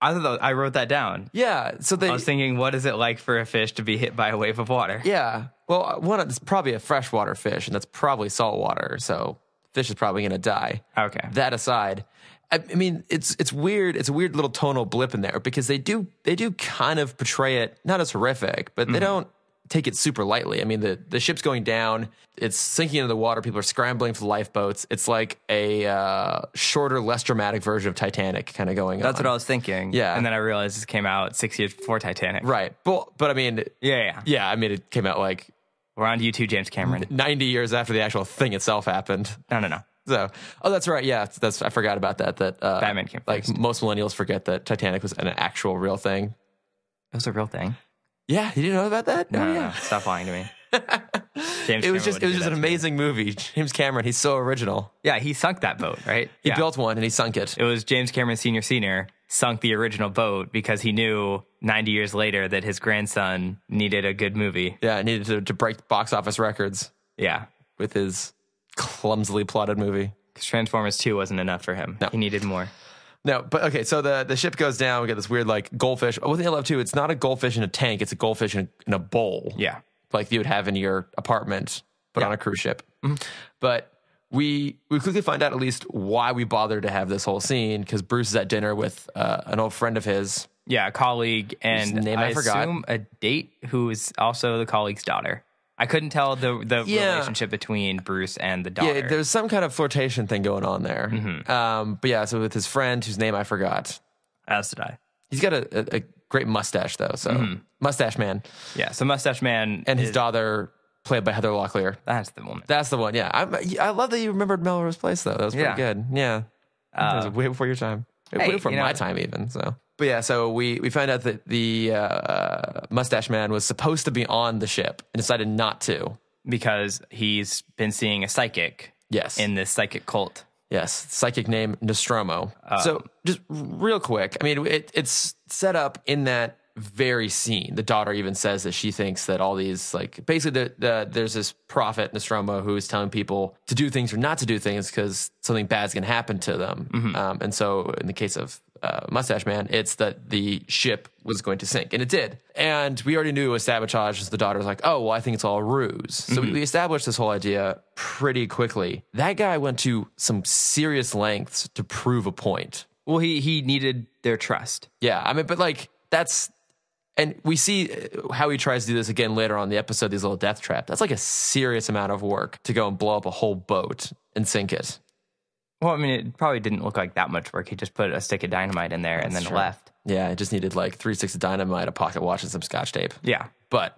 Speaker 2: I thought that- I wrote that down.
Speaker 1: Yeah. So they
Speaker 2: I was thinking, what is it like for a fish to be hit by a wave of water?
Speaker 1: Yeah. Well, uh, one, it's probably a freshwater fish, and that's probably saltwater. So fish is probably going to die.
Speaker 2: Okay.
Speaker 1: That aside, I, I mean, it's it's weird. It's a weird little tonal blip in there because they do they do kind of portray it not as horrific, but
Speaker 2: Mm-hmm.
Speaker 1: they don't take it super lightly. I mean, the the ship's going down. It's sinking into the water. People are scrambling for the lifeboats. It's like a uh, shorter, less dramatic version of Titanic, kind of going
Speaker 2: That's
Speaker 1: on.
Speaker 2: what I was thinking.
Speaker 1: Yeah.
Speaker 2: And then I realized this came out six years before Titanic.
Speaker 1: right. But but I mean,
Speaker 2: Yeah, yeah.
Speaker 1: yeah. I mean, it came out like
Speaker 2: We're on to you too, James Cameron.
Speaker 1: 90 years after the actual thing itself happened.
Speaker 2: No, no, no.
Speaker 1: So, oh, that's right. Yeah, that's I forgot about that. That uh,
Speaker 2: Batman came
Speaker 1: Like
Speaker 2: first.
Speaker 1: most millennials forget that Titanic was an actual real thing.
Speaker 2: It was a real thing.
Speaker 1: Yeah, you didn't know about that?
Speaker 2: No,
Speaker 1: oh,
Speaker 2: no,
Speaker 1: yeah.
Speaker 2: no. Stop lying to me. James
Speaker 1: It was
Speaker 2: Cameron
Speaker 1: just
Speaker 2: wouldn't
Speaker 1: it was
Speaker 2: do
Speaker 1: just
Speaker 2: that
Speaker 1: an
Speaker 2: to me.
Speaker 1: amazing movie. James Cameron, he's so original.
Speaker 2: Yeah, he sunk that boat, right?
Speaker 1: He
Speaker 2: yeah.
Speaker 1: built one and he sunk it.
Speaker 2: it was James Cameron Senior Senior sunk the original boat because he knew 90 years later that his grandson needed a good movie.
Speaker 1: Yeah, it needed to, to break box office records
Speaker 2: Yeah,
Speaker 1: with his clumsily plotted movie.
Speaker 2: because Transformers 2 wasn't enough for him. He needed more.
Speaker 1: No, but okay. So the the ship goes down. We get this weird like goldfish. One thing I love too, it's not a goldfish in a tank. It's a goldfish in a, in a bowl.
Speaker 2: Yeah.
Speaker 1: like you would have in your apartment, but on a cruise ship. But we we quickly find out at least why we bothered to have this whole scene because Bruce is at dinner with uh, an old friend of his.
Speaker 2: Yeah, a colleague and
Speaker 1: Whose name I forgot.
Speaker 2: assume a date who is also the colleague's daughter. I couldn't tell the the
Speaker 1: Yeah.
Speaker 2: relationship between Bruce and the daughter.
Speaker 1: Yeah, there's some kind of flirtation thing going on there. Um, but yeah, so with his friend whose name I forgot.
Speaker 2: As did I.
Speaker 1: He's got a, a, a great mustache though. So mustache man
Speaker 2: Yeah, so Mustache Man
Speaker 1: and his
Speaker 2: is-
Speaker 1: daughter played by Heather Locklear.
Speaker 2: That's the woman.
Speaker 1: That's the one. Yeah, I'm, I love that you remembered Melrose Place though. That was pretty
Speaker 2: Yeah. Uh,
Speaker 1: good. Yeah, that was way before your time. way
Speaker 2: hey,
Speaker 1: before
Speaker 2: you know-
Speaker 1: my time even. So, but yeah, so we we found out that the uh, mustache man was supposed to be on the ship and decided not to.
Speaker 2: Because he's been seeing a psychic
Speaker 1: Yes,
Speaker 2: in this psychic cult.
Speaker 1: yes, psychic name Nostromo. so just real quick, I mean, it, it's set up in that very scene. The daughter even says that she thinks that all these like basically the, the, there's this prophet Nostromo who is telling people to do things or not to do things because something bad's gonna happen to them. Um, and so in the case of uh, Mustache Man, it's that the ship was going to sink, and it did. And we already knew it was sabotage. So the daughter was like, "Oh, well, I think it's all a ruse." So we, we established this whole idea pretty quickly. That guy went to some serious lengths to prove a point.
Speaker 2: Well, he he needed their trust.
Speaker 1: Yeah, I mean, but like that's, and we see uh, how he tries to do this again later on in the episode. These little death trap. That's like a serious amount of work to go and blow up a whole boat and sink it.
Speaker 2: Well, I mean, it probably didn't look like that much work. He just put a stick of dynamite in there and then
Speaker 1: true.
Speaker 2: left.
Speaker 1: Yeah, it just needed like three sticks of dynamite, a pocket watch, and some scotch tape.
Speaker 2: Yeah, it
Speaker 1: But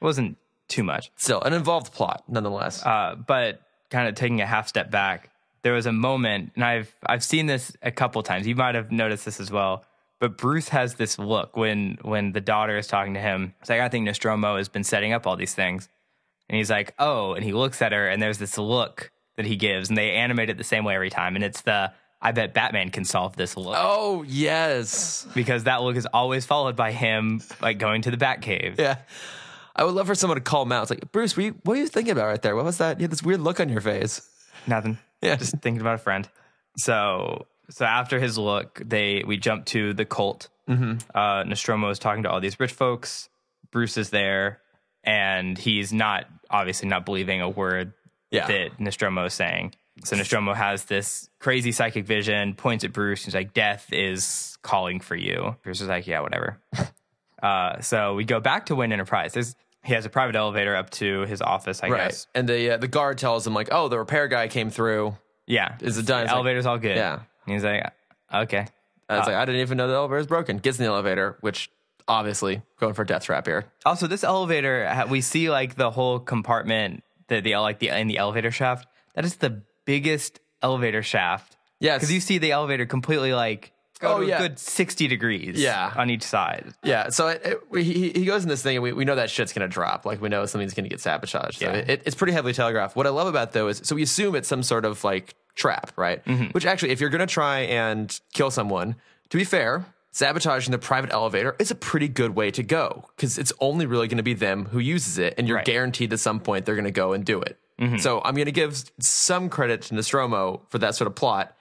Speaker 2: wasn't too much.
Speaker 1: still, an involved plot nonetheless.
Speaker 2: Uh, but kind of taking a half step back, there was a moment, and I've I've seen this a couple times. You might have noticed this as well. But Bruce has this look when when the daughter is talking to him. It's like I think Nostromo has been setting up all these things, and he's like, "Oh," and he looks at her, and there's this look that he gives, and they animate it the same way every time, and it's the I bet Batman can solve this look
Speaker 1: Oh yes.
Speaker 2: because that look is always followed by him like going to the Batcave.
Speaker 1: Yeah. I would love for someone to call him out. It's like, Bruce, were you, what were you thinking about right there? What was that? You had this weird look on your face.
Speaker 2: Nothing.
Speaker 1: Yeah.
Speaker 2: Just thinking about a friend. So so after his look, they we jump to the cult. Mm-hmm. Uh, Nostromo is talking to all these rich folks. Bruce is there, and he's not obviously not believing a word
Speaker 1: Yeah.
Speaker 2: that Nostromo is saying. So Nostromo has this crazy psychic vision, points at Bruce, and he's like, "Death is calling for you." Bruce is like, "Yeah, whatever." uh, so we go back to Wayne Enterprise. There's, he has a private elevator up to his office, I guess.
Speaker 1: And the uh, the guard tells him like, "Oh, the repair guy came through."
Speaker 2: Yeah,
Speaker 1: Is it done?
Speaker 2: The
Speaker 1: It's like-
Speaker 2: elevator's all good.
Speaker 1: Yeah.
Speaker 2: And he's like, okay.
Speaker 1: I was like, "I didn't even know the elevator was broken." Gets in the elevator, which obviously going for a death trap here.
Speaker 2: Also, this elevator, ha- we see like the whole compartment, the the like the in the elevator shaft. That is the biggest elevator shaft
Speaker 1: Yes.
Speaker 2: because you see the elevator completely like go
Speaker 1: Oh,
Speaker 2: to a
Speaker 1: yeah.
Speaker 2: good sixty degrees.
Speaker 1: Yeah.
Speaker 2: on each side.
Speaker 1: yeah. So it, it, we- he he goes in this thing, and we, we know that shit's gonna drop. Like we know something's gonna get sabotaged. So
Speaker 2: Yeah.
Speaker 1: it, it's pretty heavily telegraphed. What I love about though is so we assume it's some sort of like trap, right?
Speaker 2: Mm-hmm.
Speaker 1: Which actually, if you're gonna try and kill someone, to be fair. Sabotaging the private elevator is a pretty good way to go because it's only really going to be them who uses it, and you're
Speaker 2: Right. Mm-hmm.
Speaker 1: guaranteed at some point they're going to go and do it. So I'm going to give some credit to Nostromo for that sort of plot,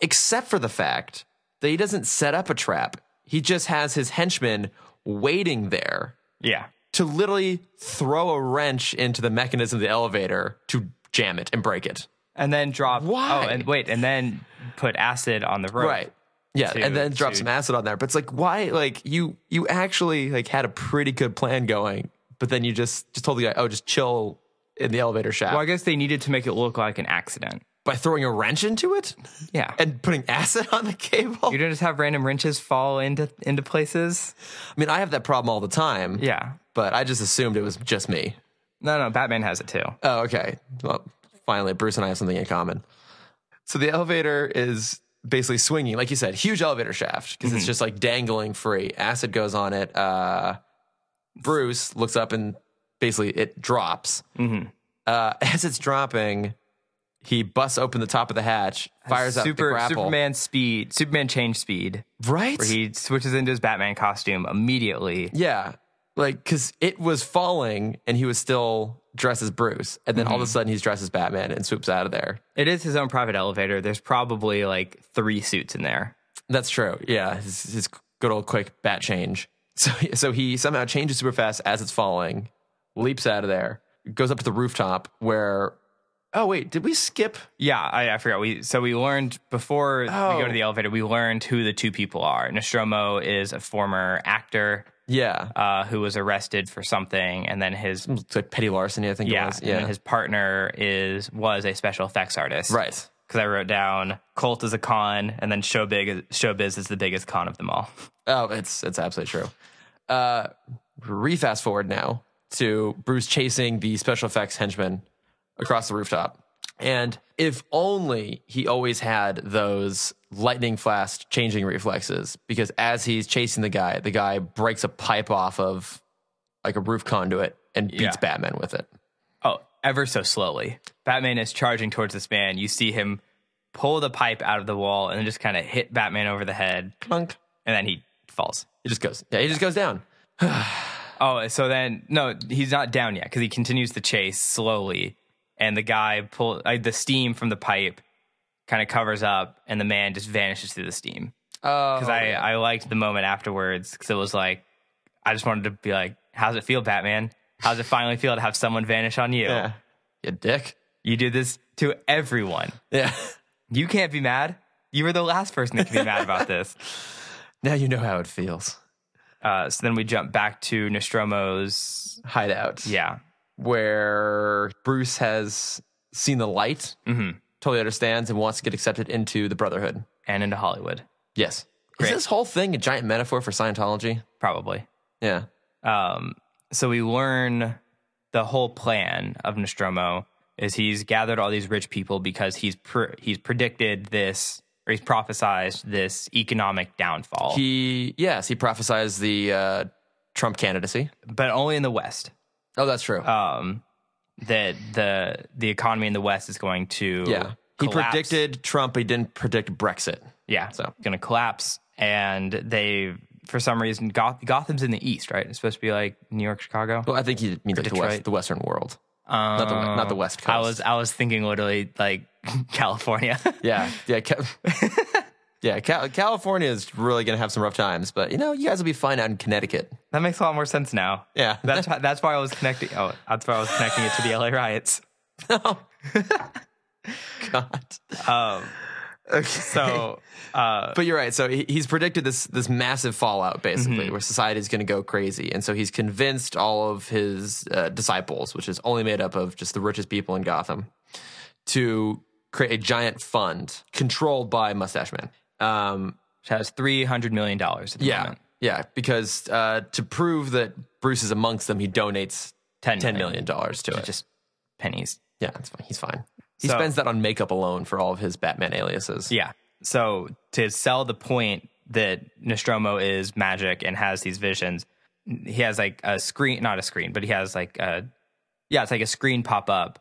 Speaker 1: except for the fact that he doesn't set up a trap. He just has his henchmen waiting there
Speaker 2: Yeah,
Speaker 1: to literally throw a wrench into the mechanism of the elevator to jam it and break it.
Speaker 2: and then drop.
Speaker 1: Why?
Speaker 2: Oh, and wait, and then put acid on the rope.
Speaker 1: Right. Yeah,
Speaker 2: To-
Speaker 1: and then drop
Speaker 2: to-
Speaker 1: some acid on there. But it's like why like you you actually like had a pretty good plan going, but then you just just told the guy, "Oh, just chill in the elevator shaft."
Speaker 2: Well, I guess they needed to make it look like an accident.
Speaker 1: by throwing a wrench into it
Speaker 2: Yeah.
Speaker 1: and putting acid on the cable.
Speaker 2: you don't just have random wrenches fall into into places.
Speaker 1: I mean, I have that problem all the time,
Speaker 2: Yeah.
Speaker 1: but I just assumed it was just me.
Speaker 2: No, no, Batman has it too.
Speaker 1: Oh, okay. Well, finally, Bruce and I have something in common. So the elevator is basically swinging, like you said, huge elevator shaft because
Speaker 2: Mm-hmm.
Speaker 1: it's just like dangling free. Acid goes on it. Uh, Bruce looks up and basically it drops.
Speaker 2: Mm-hmm.
Speaker 1: Uh, as it's dropping, he busts open the top of the hatch, fires up the
Speaker 2: Super
Speaker 1: grapple.
Speaker 2: Superman speed, Superman change speed.
Speaker 1: right?
Speaker 2: where he switches into his Batman costume immediately.
Speaker 1: Yeah. Like, because it was falling and he was still dressed as Bruce. And then all of
Speaker 2: Mm-hmm.
Speaker 1: a sudden he's dressed as Batman and swoops out of there.
Speaker 2: It is his own private elevator. There's probably like three suits in there.
Speaker 1: That's true. Yeah. His, his good old quick bat change. So, so he somehow changes super fast as it's falling, leaps out of there, goes up to the rooftop where. Oh, wait. Did we skip?
Speaker 2: Yeah, I, I forgot. We so we learned before we go
Speaker 1: Oh.
Speaker 2: to the elevator. We learned who the two people are. Nostromo is a former actor
Speaker 1: Yeah.
Speaker 2: uh, who was arrested for something, and then his
Speaker 1: It's like petty larceny, I think it
Speaker 2: Mm, yeah,
Speaker 1: was.
Speaker 2: and then
Speaker 1: Yeah.
Speaker 2: his partner is was a special effects artist.
Speaker 1: right.
Speaker 2: Because I wrote down cult is a con, and then showbiz showbiz is the biggest con of them all.
Speaker 1: Oh, it's it's absolutely true. Uh, re-fast forward now to Bruce chasing the special effects henchman across the rooftop, and if only he always had those lightning flash changing reflexes, because as he's chasing the guy, the guy breaks a pipe off of like a roof conduit and beats
Speaker 2: Yeah.
Speaker 1: Batman with it.
Speaker 2: Oh, ever so slowly. Batman is charging towards this man. You see him pull the pipe out of the wall and then just kind of hit Batman over the head,
Speaker 1: Clunk.
Speaker 2: and then he falls.
Speaker 1: He just goes. Yeah, he just goes down.
Speaker 2: Oh, so then no, he's not down yet because he continues the chase slowly, and the guy pull like, the steam from the pipe kind of covers up, and the man just vanishes through the steam.
Speaker 1: Oh,
Speaker 2: Because I I liked the moment afterwards because it was like I just wanted to be like, how's it feel, Batman? How's it finally feel to have someone vanish on you?
Speaker 1: yeah, you dick.
Speaker 2: You did this to everyone.
Speaker 1: Yeah.
Speaker 2: You can't be mad. You were the last person that could be mad about this.
Speaker 1: now you know how it feels.
Speaker 2: Uh, so then we jump back to Nostromo's.
Speaker 1: Hideout.
Speaker 2: Yeah.
Speaker 1: where Bruce has seen the light,
Speaker 2: Mhm.
Speaker 1: totally understands, and wants to get accepted into the Brotherhood.
Speaker 2: And into Hollywood,
Speaker 1: Yes.
Speaker 2: Great.
Speaker 1: Is this whole thing a giant metaphor for Scientology?
Speaker 2: probably.
Speaker 1: Yeah.
Speaker 2: Um, so we learn the whole plan of Nostromo is he's gathered all these rich people because he's pr he's predicted this or he's prophesized this economic downfall,
Speaker 1: He, yes, he prophesies the uh, Trump candidacy.
Speaker 2: but only in the West.
Speaker 1: Oh, that's true.
Speaker 2: Um, that the the economy in the West is going to
Speaker 1: Yeah. He
Speaker 2: collapse.
Speaker 1: predicted Trump. He didn't predict Brexit.
Speaker 2: Yeah,
Speaker 1: So.
Speaker 2: so gonna collapse, and they for some reason Goth- Gotham's in the east, right? It's supposed to be like New York, Chicago.
Speaker 1: Well, I think he means like the, west,
Speaker 2: Detroit.
Speaker 1: the Western world, not the not the West Coast.
Speaker 2: I was I was thinking literally like California.
Speaker 1: yeah, yeah, Ca- yeah. Cal- California is really gonna have some rough times, but you know, you guys will be fine out in Connecticut.
Speaker 2: that makes a lot more sense now.
Speaker 1: Yeah,
Speaker 2: That's why, that's why I was connecting. Oh, that's why I was connecting it to the LA riots.
Speaker 1: Oh. God.
Speaker 2: Um,
Speaker 1: Okay.
Speaker 2: so uh,
Speaker 1: But you're right. So he, he's predicted this this massive fallout, basically,
Speaker 2: Mm-hmm.
Speaker 1: where society's going to go crazy, and so he's convinced all of his uh, disciples, which is only made up of just the richest people in Gotham, to create a giant fund controlled by Mustache Man. Um,
Speaker 2: it has three hundred million dollars. at the
Speaker 1: yeah,
Speaker 2: moment.
Speaker 1: yeah, because uh, to prove that Bruce is amongst them, he donates
Speaker 2: ten
Speaker 1: ten million dollars to it.
Speaker 2: just pennies.
Speaker 1: yeah, it's fine. He's fine. He
Speaker 2: So-
Speaker 1: spends that on makeup alone for all of his Batman aliases.
Speaker 2: Yeah. So to sell the point that Nostromo is magic and has these visions, he has like a screen, not a screen, but he has like a, yeah, it's like a screen pop up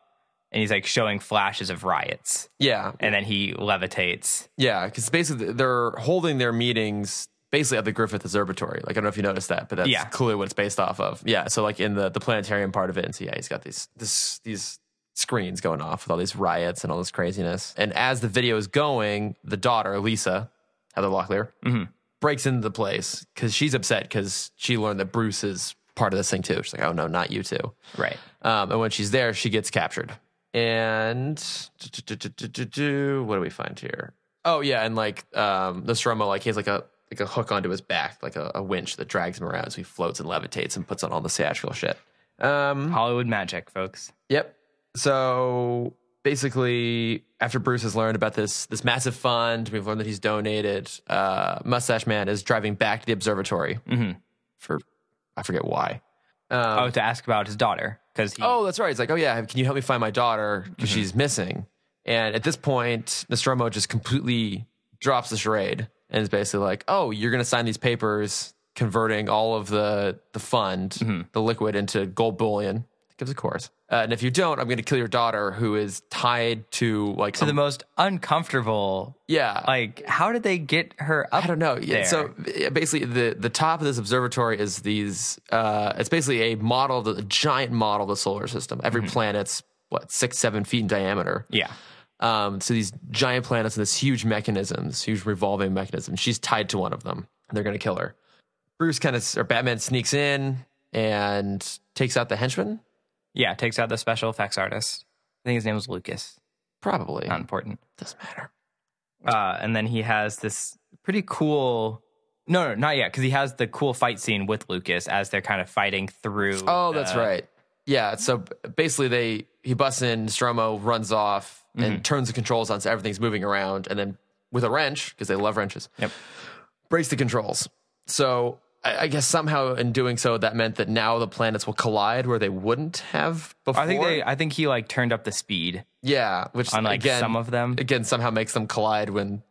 Speaker 2: and he's like showing flashes of riots
Speaker 1: yeah,
Speaker 2: and then he levitates.
Speaker 1: Yeah, because basically they're holding their meetings basically at the Griffith Observatory. Like I don't know if you noticed that, but that's
Speaker 2: Yeah.
Speaker 1: clearly what it's based off of. Yeah, so like in the the planetarium part of it, and so yeah, he's got these this these screens going off with all these riots and all this craziness. And as the video is going, the daughter Lisa Heather Locklear breaks into the place because she's upset because she learned that Bruce is part of this thing too. She's like, oh no, not you two.
Speaker 2: Right.
Speaker 1: Um, and when she's there, she gets captured. And what do we find here? Oh yeah, and like um, Nostromo, like he has like a like a hook onto his back, like a, a winch that drags him around, so he floats and levitates and puts on all the theatrical shit. Um,
Speaker 2: Hollywood magic, folks.
Speaker 1: Yep. So basically, after Bruce has learned about this this massive fund, we've learned that he's donated. Uh, Mustache Man is driving back to the observatory for I forget why. Um,
Speaker 2: Oh, to ask about his daughter because he,
Speaker 1: Oh, that's right. He's like, oh yeah, can you help me find my daughter because
Speaker 2: Mm-hmm.
Speaker 1: she's missing? And at this point, Nostromo just completely drops the charade and is basically like, oh, you're gonna sign these papers converting all of the the fund,
Speaker 2: Mm-hmm.
Speaker 1: the liquid into gold bullion. Gives a course. Uh, and if you don't, I'm gonna kill your daughter who is tied to like
Speaker 2: to the
Speaker 1: um,
Speaker 2: most uncomfortable.
Speaker 1: yeah.
Speaker 2: Like, how did they get her up?
Speaker 1: I don't know. Yeah, So yeah, basically, the the top of this observatory is these. Uh, it's basically a model, of the- a giant model of the solar system. Every planet's what six, seven feet in diameter.
Speaker 2: Yeah.
Speaker 1: Um, so these giant planets and this huge mechanism, this huge revolving mechanism. She's tied to one of them. And they're going to kill her. Bruce kind of or Batman sneaks in and takes out the henchman.
Speaker 2: Yeah. Takes out the special effects artist. I think his name was Lucas.
Speaker 1: Probably
Speaker 2: Not important.
Speaker 1: doesn't matter.
Speaker 2: uh, and then he has this pretty cool. No, no, not yet, because he has the cool fight scene with Lucas as they're kind of fighting through.
Speaker 1: Oh, that's
Speaker 2: the-
Speaker 1: right. Yeah. So b- basically, they he busts in, Stromo runs off
Speaker 2: Mm-hmm.
Speaker 1: and turns the controls on, so everything's moving around, and then with a wrench because they love wrenches.
Speaker 2: Yep.
Speaker 1: Breaks the controls. So I, I guess somehow in doing so, that meant that now the planets will collide where they wouldn't have before.
Speaker 2: I think they. I think he like turned up the speed
Speaker 1: yeah, which
Speaker 2: on like
Speaker 1: again
Speaker 2: some of them.
Speaker 1: again somehow makes them collide when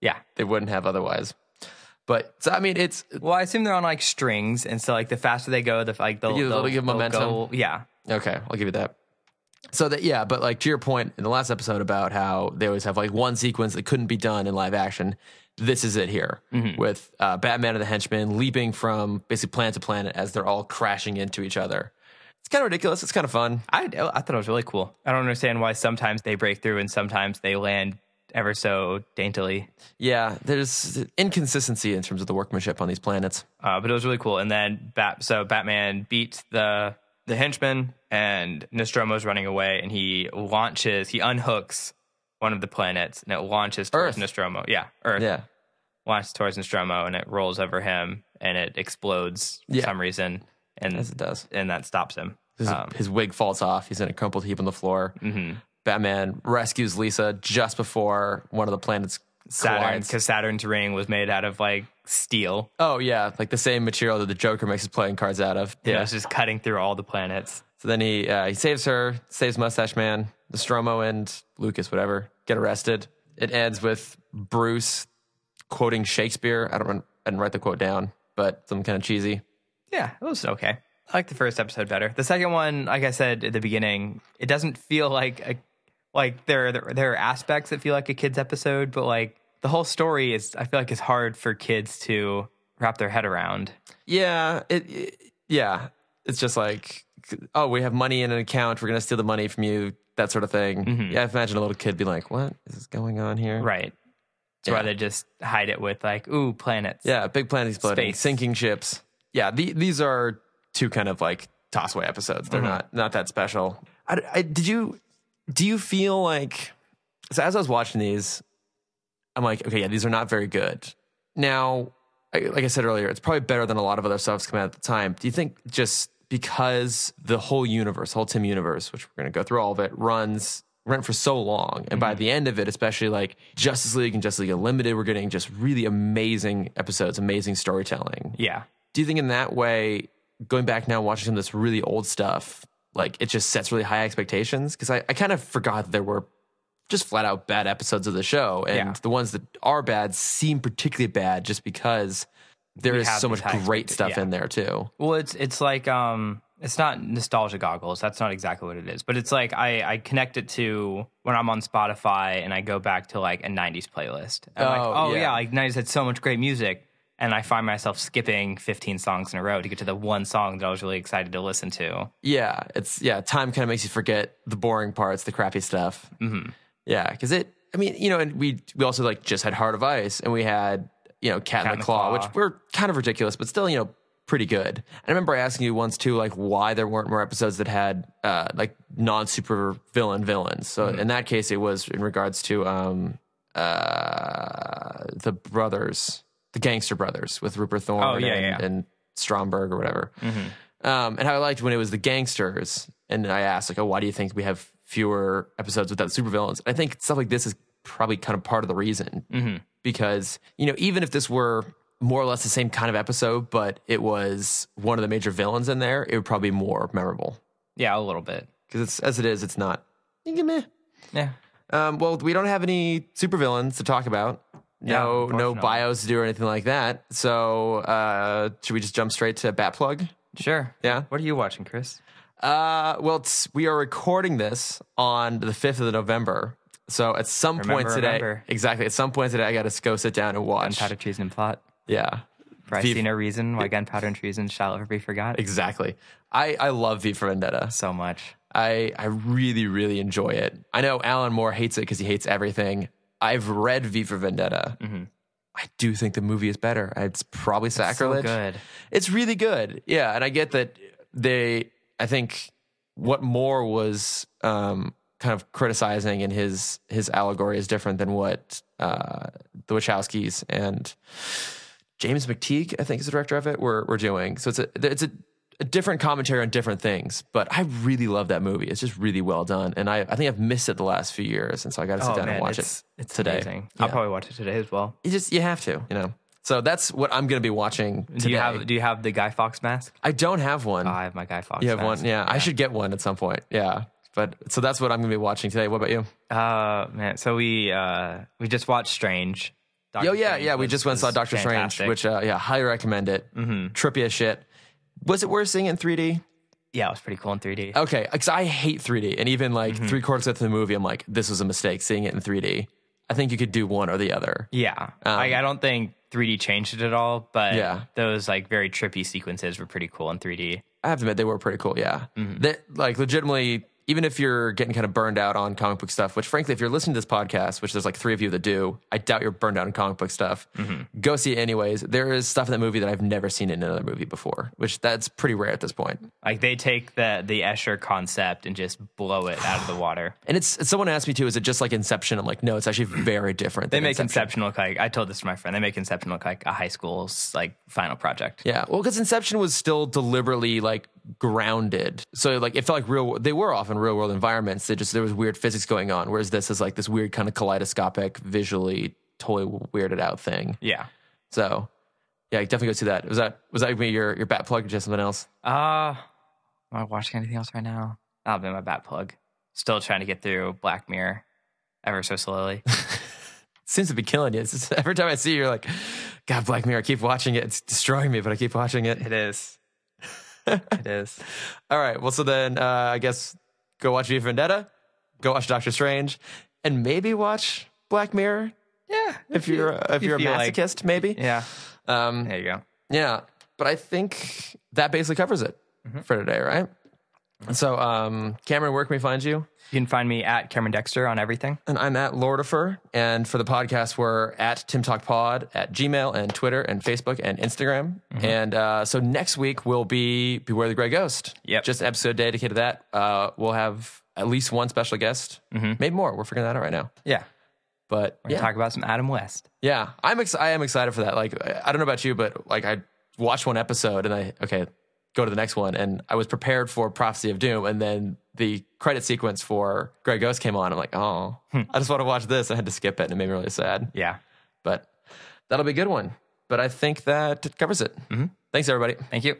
Speaker 2: Yeah.
Speaker 1: they wouldn't have otherwise. But so I mean, it's
Speaker 2: Well, I assume they're on like strings, and so like the faster they go, the like they'll,
Speaker 1: It'll
Speaker 2: they'll,
Speaker 1: give
Speaker 2: they'll
Speaker 1: momentum.
Speaker 2: go- yeah.
Speaker 1: Okay, I'll give you that. So that yeah, but like to your point in the last episode about how they always have like one sequence that couldn't be done in live action. This is it here with uh, Batman and the henchmen leaping from basically planet to planet as they're all crashing into each other. It's kind of ridiculous. It's kind of fun.
Speaker 2: I I thought it was really cool. I don't understand why sometimes they break through and sometimes they land ever so daintily.
Speaker 1: Yeah, there's inconsistency in terms of the workmanship on these planets.
Speaker 2: Uh, but it was really cool. And then Bat, so Batman beats the the henchman, and Nostromo's running away, and he launches, he unhooks one of the planets, and it launches towards
Speaker 1: Earth.
Speaker 2: Nostromo. Yeah, Earth
Speaker 1: Yeah,
Speaker 2: launches towards Nostromo, and it rolls over him, and it explodes for
Speaker 1: Yeah.
Speaker 2: some reason,
Speaker 1: as
Speaker 2: and
Speaker 1: it does.
Speaker 2: and that stops him. Uh,
Speaker 1: His, his wig falls off. He's in a crumpled heap on the floor. Batman rescues Lisa just before one of the planets
Speaker 2: Saturn,
Speaker 1: collides.
Speaker 2: because Saturn's ring was made out of like steel.
Speaker 1: Oh yeah, like the same material that the Joker makes his playing cards out of.
Speaker 2: Yeah, it's just cutting through all the planets.
Speaker 1: So then he uh, he saves her, saves Mustache Man, Nostromo, and Lucas, whatever, get arrested. It ends with Bruce quoting Shakespeare. I don't rem- I didn't write the quote down, but some kind of cheesy.
Speaker 2: Yeah, it was okay. I like the first episode better. The second one, like I said at the beginning, it doesn't feel like a Like there, there there are aspects that feel like a kids episode, but like the whole story is I feel like it's hard for kids to wrap their head around.
Speaker 1: Yeah, it, it- yeah. It's just like, oh, we have money in an account. We're gonna steal the money from you. That sort of thing. Yeah, I imagine a little kid be like, "What is going on here?"
Speaker 2: Right. That's why they just hide it with like, ooh, planets.
Speaker 1: Yeah, big planet exploding,
Speaker 2: Space.
Speaker 1: sinking ships. Yeah, the, these are two kind of like tossaway episodes.
Speaker 2: Mm-hmm.
Speaker 1: They're not not that special. I, I- did you do you feel like so as I was watching these, I'm like, okay, yeah, these are not very good. Now, I, like I said earlier, it's probably better than a lot of other stuff's come out at the time. Do you think just because the whole universe, whole Tim universe, which we're going to go through all of it, runs rent for so long, and by the end of it, especially like Justice League and Justice League Unlimited, we're getting just really amazing episodes, amazing storytelling.
Speaker 2: Yeah.
Speaker 1: Do you think in that way, going back now and watching some of this really old stuff, like it just sets really high expectations? Because I, I kind of forgot that there were just flat out bad episodes of the show. And
Speaker 2: Yeah.
Speaker 1: the ones that are bad seem particularly bad just because there
Speaker 2: We
Speaker 1: is
Speaker 2: have
Speaker 1: so
Speaker 2: these
Speaker 1: much
Speaker 2: high
Speaker 1: great
Speaker 2: expecta-
Speaker 1: stuff
Speaker 2: yeah.
Speaker 1: in there too.
Speaker 2: Well, it's it's like um, it's not nostalgia goggles. That's not exactly what it is. But it's like I I connect it to when I'm on Spotify and I go back to like a '90s playlist. I'm like,
Speaker 1: Oh,
Speaker 2: oh
Speaker 1: yeah.
Speaker 2: yeah, like '90s had so much great music, and I find myself skipping 15 songs in a row to get to the one song that I was really excited to listen to.
Speaker 1: Yeah. It's, yeah, time kind of makes you forget the boring parts, the crappy stuff.
Speaker 2: Mhm.
Speaker 1: Yeah. Cause it, I mean, you know, and we, we also like just had Heart of Ice and we had, you know, Cat,
Speaker 2: Cat
Speaker 1: in
Speaker 2: in
Speaker 1: the
Speaker 2: the
Speaker 1: Claw,
Speaker 2: Claw.
Speaker 1: which were kind of ridiculous, but still, you know, pretty good. And I remember asking you once too, like why there weren't more episodes that had uh, like non super villain villains. So in that case, it was in regards to um, uh, the brothers, the gangster brothers with Rupert Thorne
Speaker 2: Oh, yeah,
Speaker 1: and,
Speaker 2: yeah.
Speaker 1: and Stromberg or whatever. Um, and how I liked when it was the gangsters. And I asked like, oh, why do you think we have fewer episodes without supervillains? I think stuff like this is probably kind of part of the reason because you know even if this were more or less the same kind of episode but it was one of the major villains in there it would probably be more memorable
Speaker 2: Yeah, a little bit.
Speaker 1: because it's as it is it's not meh.
Speaker 2: Yeah.
Speaker 1: Um, well we don't have any supervillains to talk about no
Speaker 2: Yeah,
Speaker 1: no
Speaker 2: unfortunately.
Speaker 1: bios to do or anything like that so uh, should we just jump straight to batplug
Speaker 2: Sure.
Speaker 1: Yeah.
Speaker 2: What are you watching, Chris?
Speaker 1: uh, well it's, we are recording this on the 5th of november so at some point
Speaker 2: Remember,
Speaker 1: today
Speaker 2: remember.
Speaker 1: exactly at some point today i gotta go sit down and watch
Speaker 2: Gunpowder treason and plot.
Speaker 1: yeah
Speaker 2: For I
Speaker 1: Vive-
Speaker 2: see no reason why gunpowder and treason shall ever be forgot.
Speaker 1: Exactly. I, I love V for Vendetta.
Speaker 2: So much.
Speaker 1: I, I really, really enjoy it. I know Alan Moore hates it because he hates everything. I've read V for Vendetta.
Speaker 2: Mm-hmm.
Speaker 1: I do think the movie is better. It's probably sacrilege.
Speaker 2: good.
Speaker 1: It's really good. Yeah. And I get that they, I think what Moore was um, kind of criticizing in his, his allegory is different than what uh, the Wachowskis and James McTeague, I think is the director of it, were, were doing. So it's a it's a, a different commentary on different things. But I really love that movie. It's just really well done, and I, I think I've missed it the last few years, and so I got to sit down and watch
Speaker 2: Oh, it's,
Speaker 1: it
Speaker 2: it's
Speaker 1: today.
Speaker 2: amazing.
Speaker 1: Yeah.
Speaker 2: I'll probably watch it today as well.
Speaker 1: You just you have to, you know. So that's what I'm going to be watching today.
Speaker 2: Do you have Do you have the Guy Fox mask?
Speaker 1: I don't have one.
Speaker 2: I have my Guy Fox.
Speaker 1: you have
Speaker 2: mask.
Speaker 1: one, yeah, I should get one at some point. Yeah, but so that's what I'm going to be watching today. What about you?
Speaker 2: Uh, man. So we uh we just watched Strange. Doctor
Speaker 1: Oh yeah,
Speaker 2: Strange
Speaker 1: yeah. We
Speaker 2: was-
Speaker 1: just went and saw
Speaker 2: was
Speaker 1: Doctor
Speaker 2: fantastic. Mm-hmm.
Speaker 1: Strange, which uh, yeah, highly recommend it. Trippy as shit. Was it worth seeing it in 3D?
Speaker 2: yeah, it was pretty cool in 3D.
Speaker 1: Okay, because I hate 3D, and even like
Speaker 2: Mm-hmm.
Speaker 1: three quarters of the movie, I'm like, this was a mistake seeing it in 3D. I think you could do one or the other.
Speaker 2: yeah, like, I don't think 3D changed it at all, but
Speaker 1: Um, Yeah.
Speaker 2: those like very trippy sequences were pretty cool in 3D.
Speaker 1: I have to admit, they were pretty cool. Yeah,
Speaker 2: Mm-hmm.
Speaker 1: They- like legitimately, even if you're getting kind of burned out on comic book stuff, which frankly, if you're listening to this podcast, which there's like three of you that do, I doubt you're burned out on comic book stuff.
Speaker 2: Mm-hmm.
Speaker 1: Go see it anyways. There is stuff in that movie that I've never seen in another movie before, which that's pretty rare at this point.
Speaker 2: Like they take the the Escher concept and just blow it out of the water.
Speaker 1: And it's someone asked me too, is it just like Inception? I'm like, no, it's actually very different.
Speaker 2: They make Inception look like I told this to my friend. They make Inception look like a high school's like final project.
Speaker 1: Yeah, well, because Inception was still deliberately like grounded, so like it felt like real. They were off in real world environments. They just there was weird physics going on, whereas this is like this weird kind of kaleidoscopic, visually totally weirded out thing.
Speaker 2: Yeah.
Speaker 1: So, yeah, definitely go see that. Was that was that maybe your your bat plug or just something else?
Speaker 2: Uh, am I watching anything else right now? That'll be my bat plug. Still trying to get through Black Mirror ever so slowly.
Speaker 1: seems to be killing you. It's just- every time I see you, you're like, God, Black Mirror. I keep watching it. It's destroying me, but I keep watching it.
Speaker 2: it is. it is.
Speaker 1: All right. Well, so then uh, I guess go watch V for Vendetta. go watch Doctor Strange, and maybe watch Black Mirror
Speaker 2: Yeah.
Speaker 1: if you're a- if
Speaker 2: you
Speaker 1: you're a
Speaker 2: feel like-
Speaker 1: masochist, maybe.
Speaker 2: Yeah.
Speaker 1: Um,
Speaker 2: There you go.
Speaker 1: yeah, but I think that basically covers it for today, right? So, um, Cameron, where can we find you?
Speaker 2: You can find me at Cameron Dexter on everything.
Speaker 1: And I'm at Lordifer. And for the podcast, we're at Tim Talk Pod at Gmail and Twitter and Facebook and Instagram. And uh, so next week will be Beware the Gray Ghost.
Speaker 2: Yep.
Speaker 1: Just an episode dedicated to that. Uh, we'll have at least one special guest, maybe more. We're figuring that out right now.
Speaker 2: Yeah.
Speaker 1: But
Speaker 2: We're
Speaker 1: yeah,
Speaker 2: gonna talk about some Adam West.
Speaker 1: yeah, I'm ex- I am excited for that. Like I I don't know about you, but like I watched one episode and I okay go to the next one, and I was prepared for Prophecy of Doom, and then the credit sequence for Grey Ghost came on. I'm like, oh, I just want to watch this. I had to skip it, and it made me really sad.
Speaker 2: Yeah.
Speaker 1: But that'll be a good one. But I think that covers it. Thanks, everybody.
Speaker 2: Thank you.